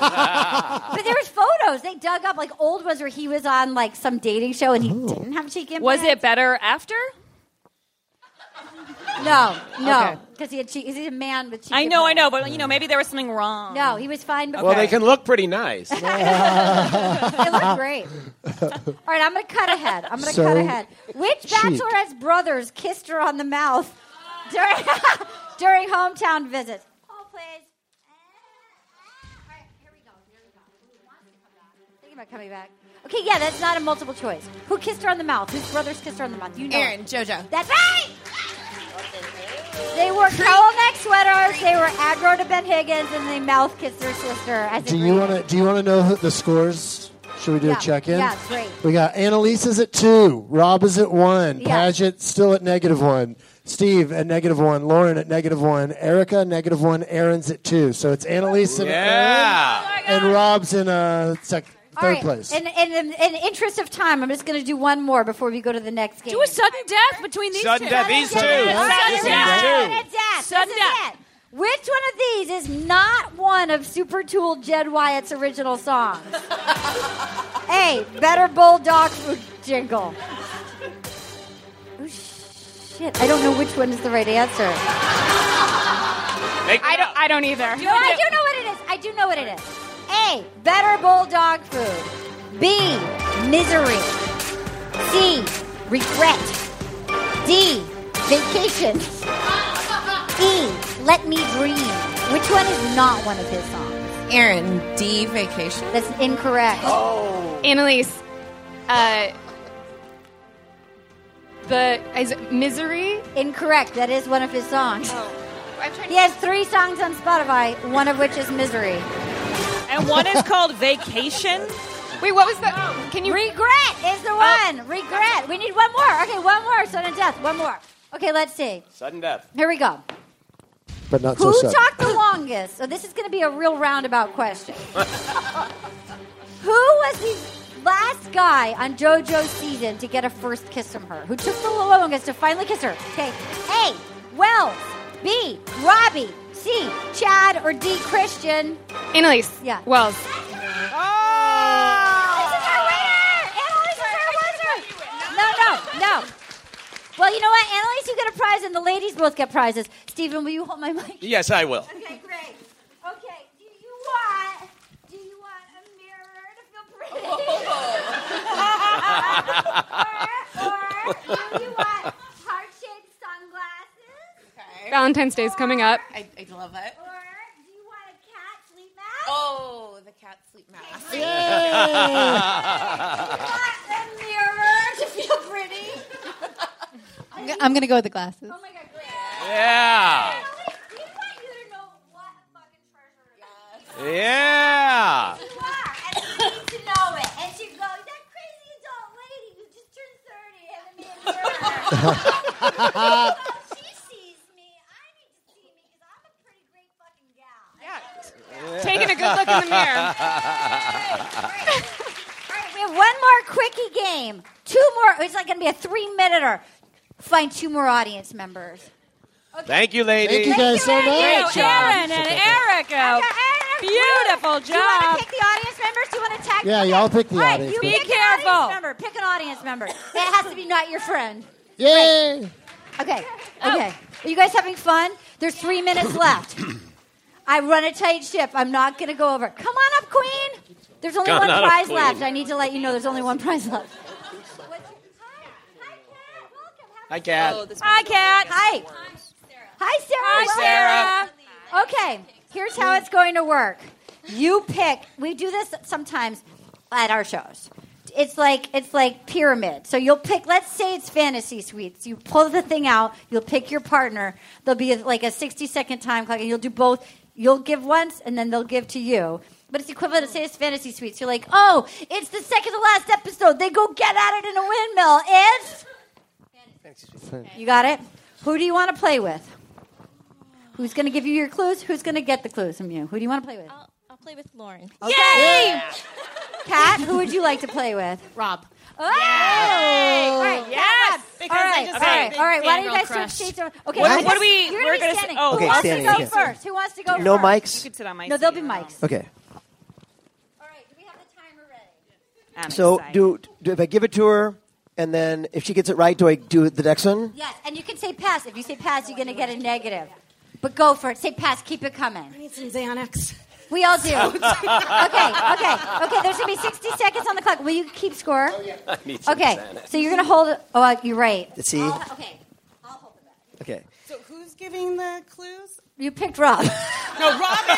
but there was photos they dug up, like old ones where he was on like some dating show and he
Oh.
didn't have cheek implants.
Was it better after?
No, no,
Okay.
because he had cheek. He's a man with cheek.
I know, I know, but you know, maybe there was something wrong.
No, he was fine. Before.
Well, they can look pretty nice.
it looked great. All right, I'm going to cut ahead. I'm going to
So
cut ahead. Which
chic.
Bachelorette's brothers kissed her on the mouth during, during hometown visits? Hold, please. All right, here we go. Here we go. Who wants to come back? Thinking about coming back. Okay, yeah, that's not a multiple choice. Who kissed her on the mouth? Whose brothers kissed her on the mouth? You know.
Aaron,
JoJo. That's right! They wore Coleneck sweaters, they were aggro to Ben Higgins, and they mouth kissed their sister as a
Do you want to? Do you want to know who- the scores? Should we do
Yeah,
a check-in?
yeah, great.
We got Annalise is at two, Rob is at one,
Yeah.
Paget still at negative one, Steve at negative one, Lauren at negative one, Erica negative one, Aaron's at two. So it's Annalise and
Yeah.
Aaron, and Rob's in uh, sec-
All
third
right,
place.
In, in, in, in the interest of time, I'm just going to do one more before we go to the next game.
Do a sudden death between these
Sudden
two.
death, these two. These
Sudden death.
two.
Sudden death. This is it. Which one of these is not one of Super Tool Jed Wyatt's original songs? A. Better Bulldog Food Jingle. Oh, shit. I don't know which one is the right answer.
I don't. I don't either.
No, I do know what it is. I do know what it is. A. Better bulldog food. B. Misery. C. Regret. D. Vacation. E. Let me dream. Which one is not one of his songs?
Aaron. D. Vacation.
That's incorrect.
Oh. Annalise. Uh, the is it misery.
Incorrect. That is one of his songs. He has three songs on Spotify, one of which is Misery.
And one is called Vacation.
Wait, what was the? Can you Oh.
regret is the one? Regret. We need one more. Okay, one more. Sudden death. One more. Okay, let's see.
Sudden death.
Here we go.
but not
Who
so sudden.
talked the longest? So this is going to be a real roundabout question. Who was the last guy on JoJo's season to get a first kiss from her? Who took the longest to finally kiss her? Okay, A. Wells, B. Robbie, C. Chad, or D. Christian?
Annalise.
Yeah.
Wells.
No, no, no. Well, you know what? Annalise, you get a prize, and the ladies both get prizes. Stephen, will you hold my mic?
Yes, I will.
Okay, great. Okay, do you want do you want a mirror to feel
Oh.
pretty? or, or do you want heart-shaped sunglasses?
Valentine's Day's coming up.
I, I love it.
Or do you want a cat sleep mask?
Oh, the cat sleep mask.
Yay. Do you want a mirror to feel pretty?
I'm go- I'm gonna go with the glasses.
Oh my god, great.
Yeah.
We want you to know what a fucking treasure it is.
Yeah.
You are, and you need to know it. And she goes, that crazy adult lady who just turned 30 hasn't made a mirror. she sees me. I need to see me because I'm a pretty great fucking gal. Yeah.
Taking a good look in the mirror.
All right, we have one more quickie game. Two more. It's like going to be a three-minuter. Find two more audience members.
Thank you, ladies.
Thank you, Aaron and Erica. Beautiful
Do you want
job.
to pick the audience members? Do you want to tag?
Yeah, y'all pick the
All right,
audience
you
members.
pick
Be
An
careful.
audience member. Pick an audience member. That has to be not your friend.
Yay!
Okay.
Oh.
Okay. Are you guys having fun? There's three minutes left. I run a tight ship. I'm not going to go over. Come on up, Queen. There's only
Come
one
on up,
prize
queen.
left. I need to let you know there's only one prize left. Oh.
Hi, Cat.
Oh,
Oh,
Hi, Kat.
Hi. Hi, Sarah.
Hi,
Welcome. Okay, here's how it's going to work. You pick. We do this sometimes at our shows. It's like it's like pyramid. So you'll pick. Let's say it's fantasy suites. You pull the thing out. You'll pick your partner. There'll be like a sixty second time clock, and you'll do both. You'll give once, and then they'll give to you. But it's equivalent to say it's fantasy suites. You're like, oh, it's the second to last episode. They go get at it in a windmill. It's you got it? Who do you want to play with? Who's going to give you your clues? Who's going to get the clues from you? Who do you want to play with?
I'll play with Lauren.
Okay. Kat, who would you like to play with? Rob. Oh! Yes! All right.
Yes!
Oh. All right. All right. All right. Why don't you guys
crush.
switch seats? over? Okay.
What? What
I'm gonna-
do we-
You're
we're
going to
gonna
be
sit-
standing.
oh,
Who
okay,
wants
standing,
to go
okay.
first? Who wants to go first?
No mics? You could
sit on my No, there'll be mics.
Okay.
I'm
so do, do if I give it to her, and then if she gets it right, do I do the next one?
Yes. And you can say pass. If you say pass, you're going to get a negative. But go for it. Say pass. Keep it coming. I need some Xanax. We all do. okay. Okay. Okay. There's going to be 60 seconds on the clock. Will you keep score?
Oh,
Okay, so you're gonna hold. Oh, uh, you're right.
See?
okay.
Okay.
So who's giving the clues?
You picked
No,
Rob.
Robin.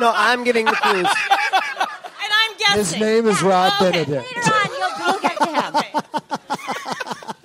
No, I'm giving the clues.
and I'm guessing.
His name is Rob Benedict.
You'll get to him.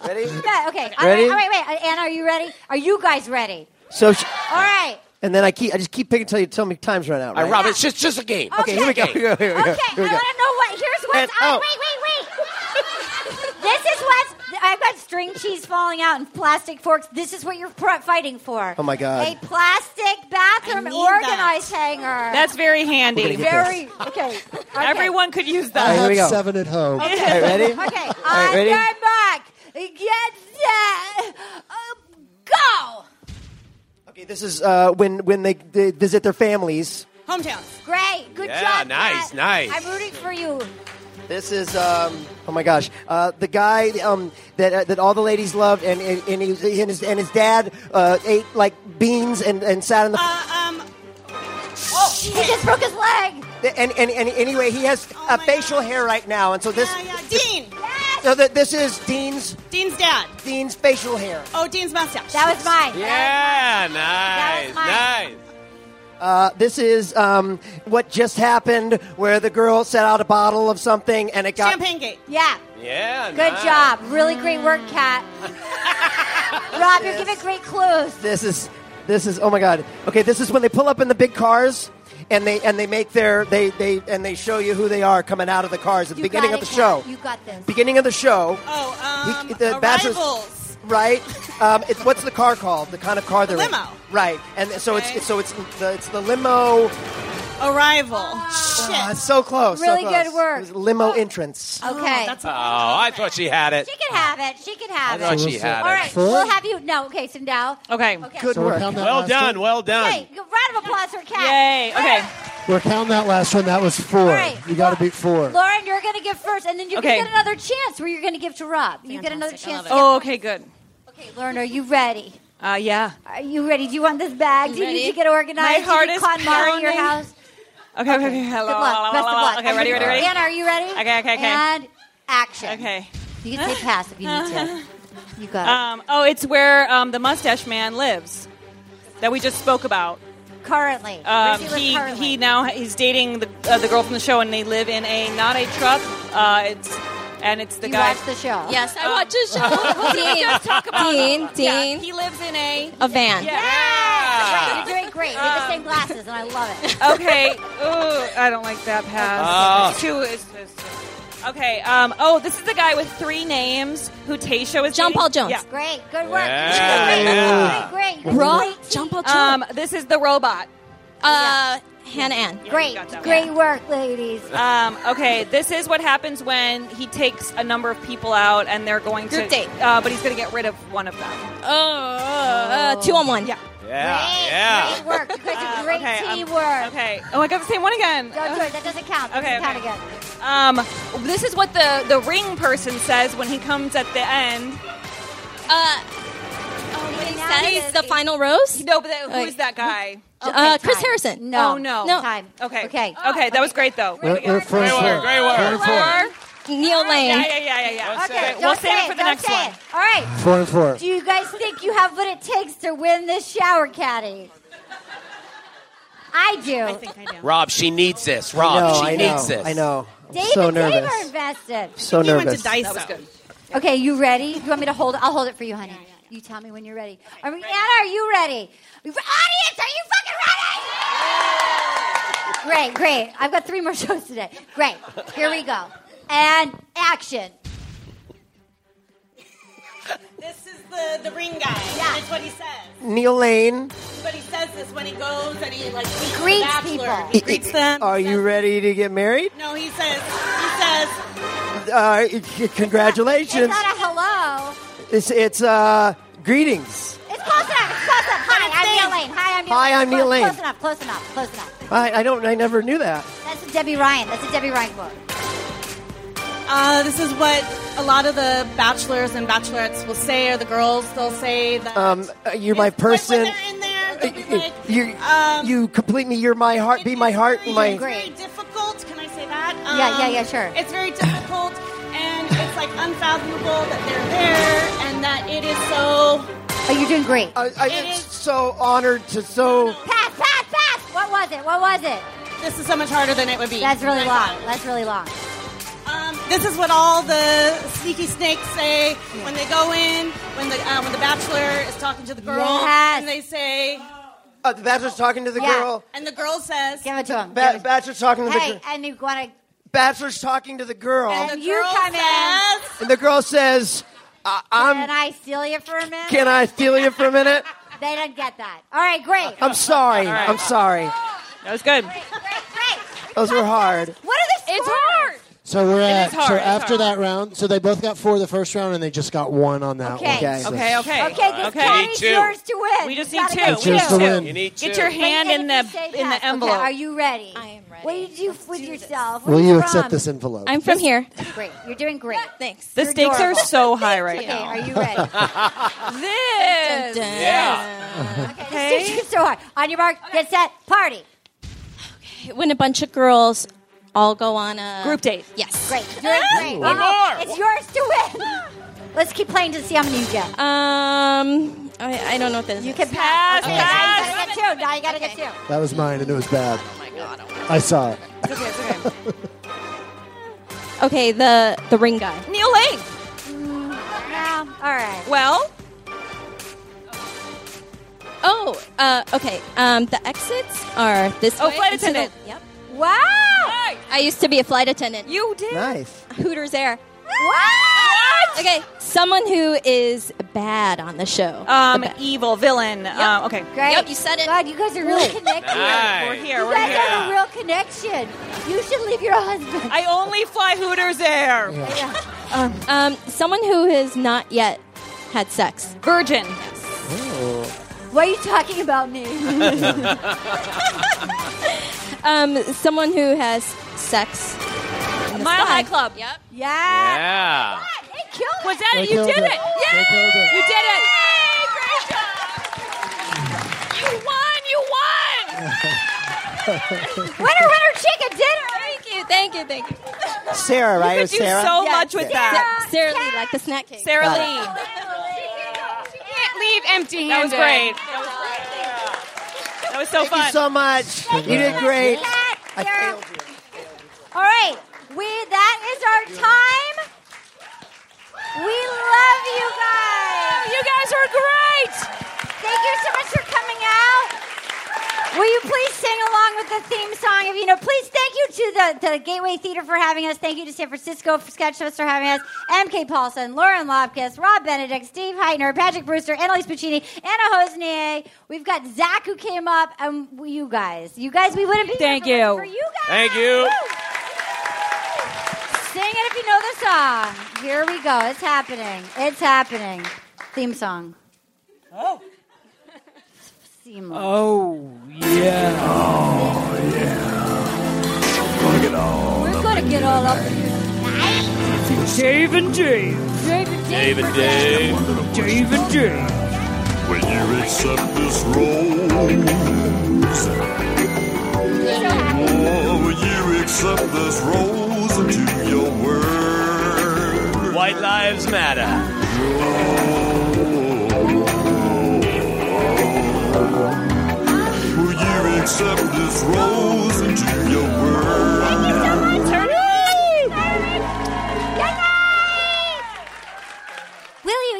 Ready?
Yeah. Okay.
Okay.
All right.
Ready?
All right. Wait. Uh, Anna, are you ready? Are you guys ready?
So she,
All right.
and then I keep I just keep picking until you tell me time's run out.
All right,
Right?
Rob, it's just, just a game.
Okay, here we go.
Just a
Here we go. Here we go.
Okay.
Here we
I
go.
want to know what. Here's what's.
And- oh.
on. Wait. Wait. Wait. this is what's. I've got string cheese falling out and plastic forks. This is what you're pr- fighting for.
Oh, my God.
A plastic bathroom organize hanger.
That's very handy.
We're gonna get
Very okay.
Everyone could use
I
that.
here we
have
go.
seven at home.
Okay.
All right, ready?
Okay.
All right,
on
ready?
your mark. Get that. Uh, go.
Okay, this is uh, when when they, they visit their families.
Hometown.
Great. Good
Yeah,
job.
nice,
Kat.
nice.
I'm rooting for you.
This is um, oh my gosh, uh, the guy um, that uh, that all the ladies loved, and and, and, he, was- and his and his dad uh, ate like beans and, and sat in the
Uh, um. oh,
He just broke his leg.
and, and, and anyway he has a facial hair right now, and so this
Yeah, Oh yeah. Dean.
so that this is Dean's
Dean's dad.
Dean's facial hair.
Oh, Dean's mustache.
That was mine.
Yeah,
was
nice,
mine.
nice.
Uh, this is um, what just happened, where the girl set out a bottle of something and it got
Champagne Gate.
Yeah.
Yeah,
Good
nice.
job. Really great work, Kat. Rob, you're giving great clues.
This is this is oh my god. Okay, this is when they pull up in the big cars and they and they make their they they and they show you who they are coming out of the cars at the
You
beginning
got
of the
it, Kat.
show.
You got this.
Beginning of the show,
Oh, um.
He- the bachelor's-
Arrivals.
right? Um, it's what's the car called? The kind of car they're
Limo.
in. Right, and so it's, it's so it's the, it's the limo.
Arrival.
Ah,
Shit.
so close. so
Really
close.
good work.
It was limo entrance.
Okay.
Oh, I thought she had it.
she could have it. She could have
I thought
it.
she had it.
All right.
Four?
We'll have you. No. Okay. So now.
Okay.
Okay.
Good
So we're
work.
counting that
Well
last
done,
One.
well done.
Okay. Round of applause for Kat.
Yay. Okay.
We're counting that last one. That was four.
Right.
You got to beat four.
Lauren, you're going to give first, and then you
Okay.
can get another chance where you're going to give to Rob. You get another chance. To
Oh, okay, good.
get, okay, Lauren, are you ready?
Uh, yeah.
Are you ready? Do you want this bag? Do you
Ready.
need to get organized?
My heart
Do you
is
need cotton in your
pounding.
house?
Okay, okay, okay.
Good luck. Best of luck.
Okay, ready, ready, ready?
Anna, are you ready?
Okay, okay, okay.
And action.
Okay.
You can say pass if you need to. You got
Um, oh, it's where um, the mustache man lives that we just spoke about.
it. Currently. Where
Um,
does he live
he
currently?
he now he's dating the uh, the girl from the show, and they live in a not a truck. Uh, it's and it's the
you
guy. Uh,
watch the show.
Yes, I watch his show. Dean, just talk about
Dean,
Yeah,
Dean,
he lives in a.
a van.
Right, you're doing great. You have the same glasses, and I love it.
Um, Okay. Oh, I don't like that pass.
Ah.
It's too. It's, it's too. Okay. Um. Oh, this is the guy with three names who Taysha was.
John
dating.
Paul Jones.
Yeah.
Great. Good work.
Yeah,
Great,
yeah.
Great. Great. You're
Rob,
great.
John Paul Jones.
Um. This is the robot.
uh, Hannah Ann.
Yeah, you got that
Great.
one.
Great work, ladies.
Um, okay, this is what happens when he takes a number of people out and they're going to
Group date.
Uh, but he's going to get rid of one of them.
Oh, uh, two on one.
Yeah.
Yeah,
Great,
yeah.
Great work. You guys did great
okay, um,
teamwork.
Okay. Oh, I got the same one again.
Don't do it. That doesn't count. That
Okay,
doesn't count
okay.
again.
Um, this is what the the ring person says when he comes at the end.
oh,
Uh,
Okay, now it
that's
is-
the final rose.
No, but that, who
Wait.
is that guy?
Uh, Chris
time.
Harrison.
No.
Oh, no.
No.
Time.
Okay.
Okay.
Oh,
Okay, that was great though.
We're, we're four and
Great
four.
work, great work.
Four and four.
Neil Lane.
Oh, Yeah, yeah, yeah, yeah, yeah.
Don't
okay,
say it.
don't
We'll
say
save it for the
don't
next
say
one.
it. All right.
Four and four.
Do you guys think you have what it takes to win this shower caddy? I do. I think I do.
Rob, she needs this. Rob,
I know,
she
I know,
needs this.
I know. I'm
Dave
so
and Dave
nervous.
are invested.
So He went to nervous. Daiso.
That was good. Okay, you ready? You want me to hold? I'll hold it for you, honey. You tell me when you're ready. Are we- Anna, are you ready? Audience, are you fucking ready? Great, great. I've got three more shows today. Great. Here we go. And action.
This is the, the ring guy. Yeah. That's what he says.
Neil Lane.
But he says this when he goes and he like meets the
greets
bachelor.
people.
He greets them.
Are you ready to get married?
No, he says he says
Uh, c- c-
It's
congratulations.
not a hello.
It's it's uh greetings.
It's close enough. It's close enough. Hi, I'm Neil Lane. Hi, I'm Neil
Hi,
Lane.
I'm Neil
Close-
Lane.
Close enough. Close enough. Close enough.
I, I don't I never knew that.
That's a Debbie Ryan. That's a Debbie Ryan quote.
uh, this is what a lot of the bachelors and bachelorettes will say, or the girls they'll say that
Um, uh, you're my person. Uh, you you complete me. You're my heart. Be my heart. And my
it's very difficult. Can I say that? Um,
Yeah, yeah, yeah, sure.
It's very difficult, and it's like unfathomable that they're there, and that it is so.
Oh, you're doing great.
I, I am so honored to so.
Pass, pass, pass. What was it? What was it?
This is so much harder than it would be.
That's really
Than I
long. That's really long.
Um, this is what all the sneaky snakes say when they go in, when the uh, when the bachelor is talking to the girl,
Yes.
and they say,
Uh, the bachelor's talking to the girl.
and the girl says,
"Give it to him."
Ba- bachelor's talking to the
Hey,
girl.
and you want to.
Bachelor's talking to the girl.
And you come in.
And the girl says, I-
Can
"I'm.
I steal you for a minute?
Can I steal you for a minute?
They didn't get that. All right, great.
I'm sorry.
All right.
I'm sorry.
That was good.
Those were hard.
What are the scores? It's hard.
So we're
It
at
is hard,
so
it's
after
hard.
that round. So they both got four the first round, and they just got one on that
Okay.
one.
okay.
Okay, Okay, this
Okay.
county's
Two.
yours to win.
We just
You
need
gotta
two.
get
We need two. You
need
two.
Get your
But
hand in
even if
the-
you say
in the
yes, okay,
envelope.
are you ready? I am ready. What do you do with yourself?
Will
Where are
you
from?
accept this envelope?
I'm from here.
Great. You're doing great. Thanks.
The stakes are so high right
okay,
now.
Are you ready?
this.
Okay. This is so hard. On your mark, get set, party.
When a bunch of girls all go on a group date. Yes.
Great. You're great.
One
Uh-oh.
more.
It's yours to win. Let's keep playing to see how many you get.
Um, I, I don't know what that is. You
can pass. Okay, now you gotta get two. Now you gotta get two.
That was mine, and it was bad. Oh my god! I saw it.
okay, Okay, the the ring guy. Neil Lane.
Nah, Mm, all right.
Well. Oh, uh, okay. Um, the exits are this
Oh,
way.
flight
and to the-
attendant.
yep.
Wow.
I used to be a flight attendant. You did.
Nice.
Hooters Air. What? Okay, someone who is bad on the show.
Um,
evil villain.
Um, okay.
Great.
Yep, you said it.
God, you guys are really connected.
Nice. We're here,
You
we're
guys
here.
have a real connection. You should leave your husband.
I only fly Hooters Air.
Um, um, someone who has not yet had sex. Virgin.
Why are you talking about me?
um, someone who has sex. in the
Mile
sky.
High Club. Yep.
Yeah.
Yeah.
Was that it? You did it. Yay! You did it.
You won! You won!
winner, winner, chicken dinner.
Thank you, thank you, thank you.
Sarah, right? It
could
was
do
Sarah?
so much with that.
Sarah
Sarah Lee, like the snack king.
Sarah
Got
Lee.
Can't leave empty-handed.
That was great. That was so
Thank you
fun.
so much. You did great. I failed you.
All right. We that is our time. We love you guys. You guys are great. Thank you so much for coming out. Will you please sing along with the theme song if you know? Please thank you to the, the Gateway Theater for having us. Thank you to San Francisco for Sketchfest for having us. MK Paulson, Lauren Lobkis, Rob Benedict, Steve Heitner, Patrick Brewster, Annalise Puccini, Anna Hosnier. We've got Zach who came up, and you guys. You guys, we wouldn't be here
Thank
if it wasn't
you.
for you guys.
Thank you.
Sing it if you know the song. Here we go. It's happening. It's happening. Theme song.
Oh.
Seamless.
Oh yeah.
Oh, yeah. Gonna get all
We're gonna get all up.
Dave and Dave.
David,
Dave and Dave. Dave and Dave. When you accept this rose. Oh, when you accept this rose. listen to your word.
White lives matter.
Will you accept this rose into your world?
Will You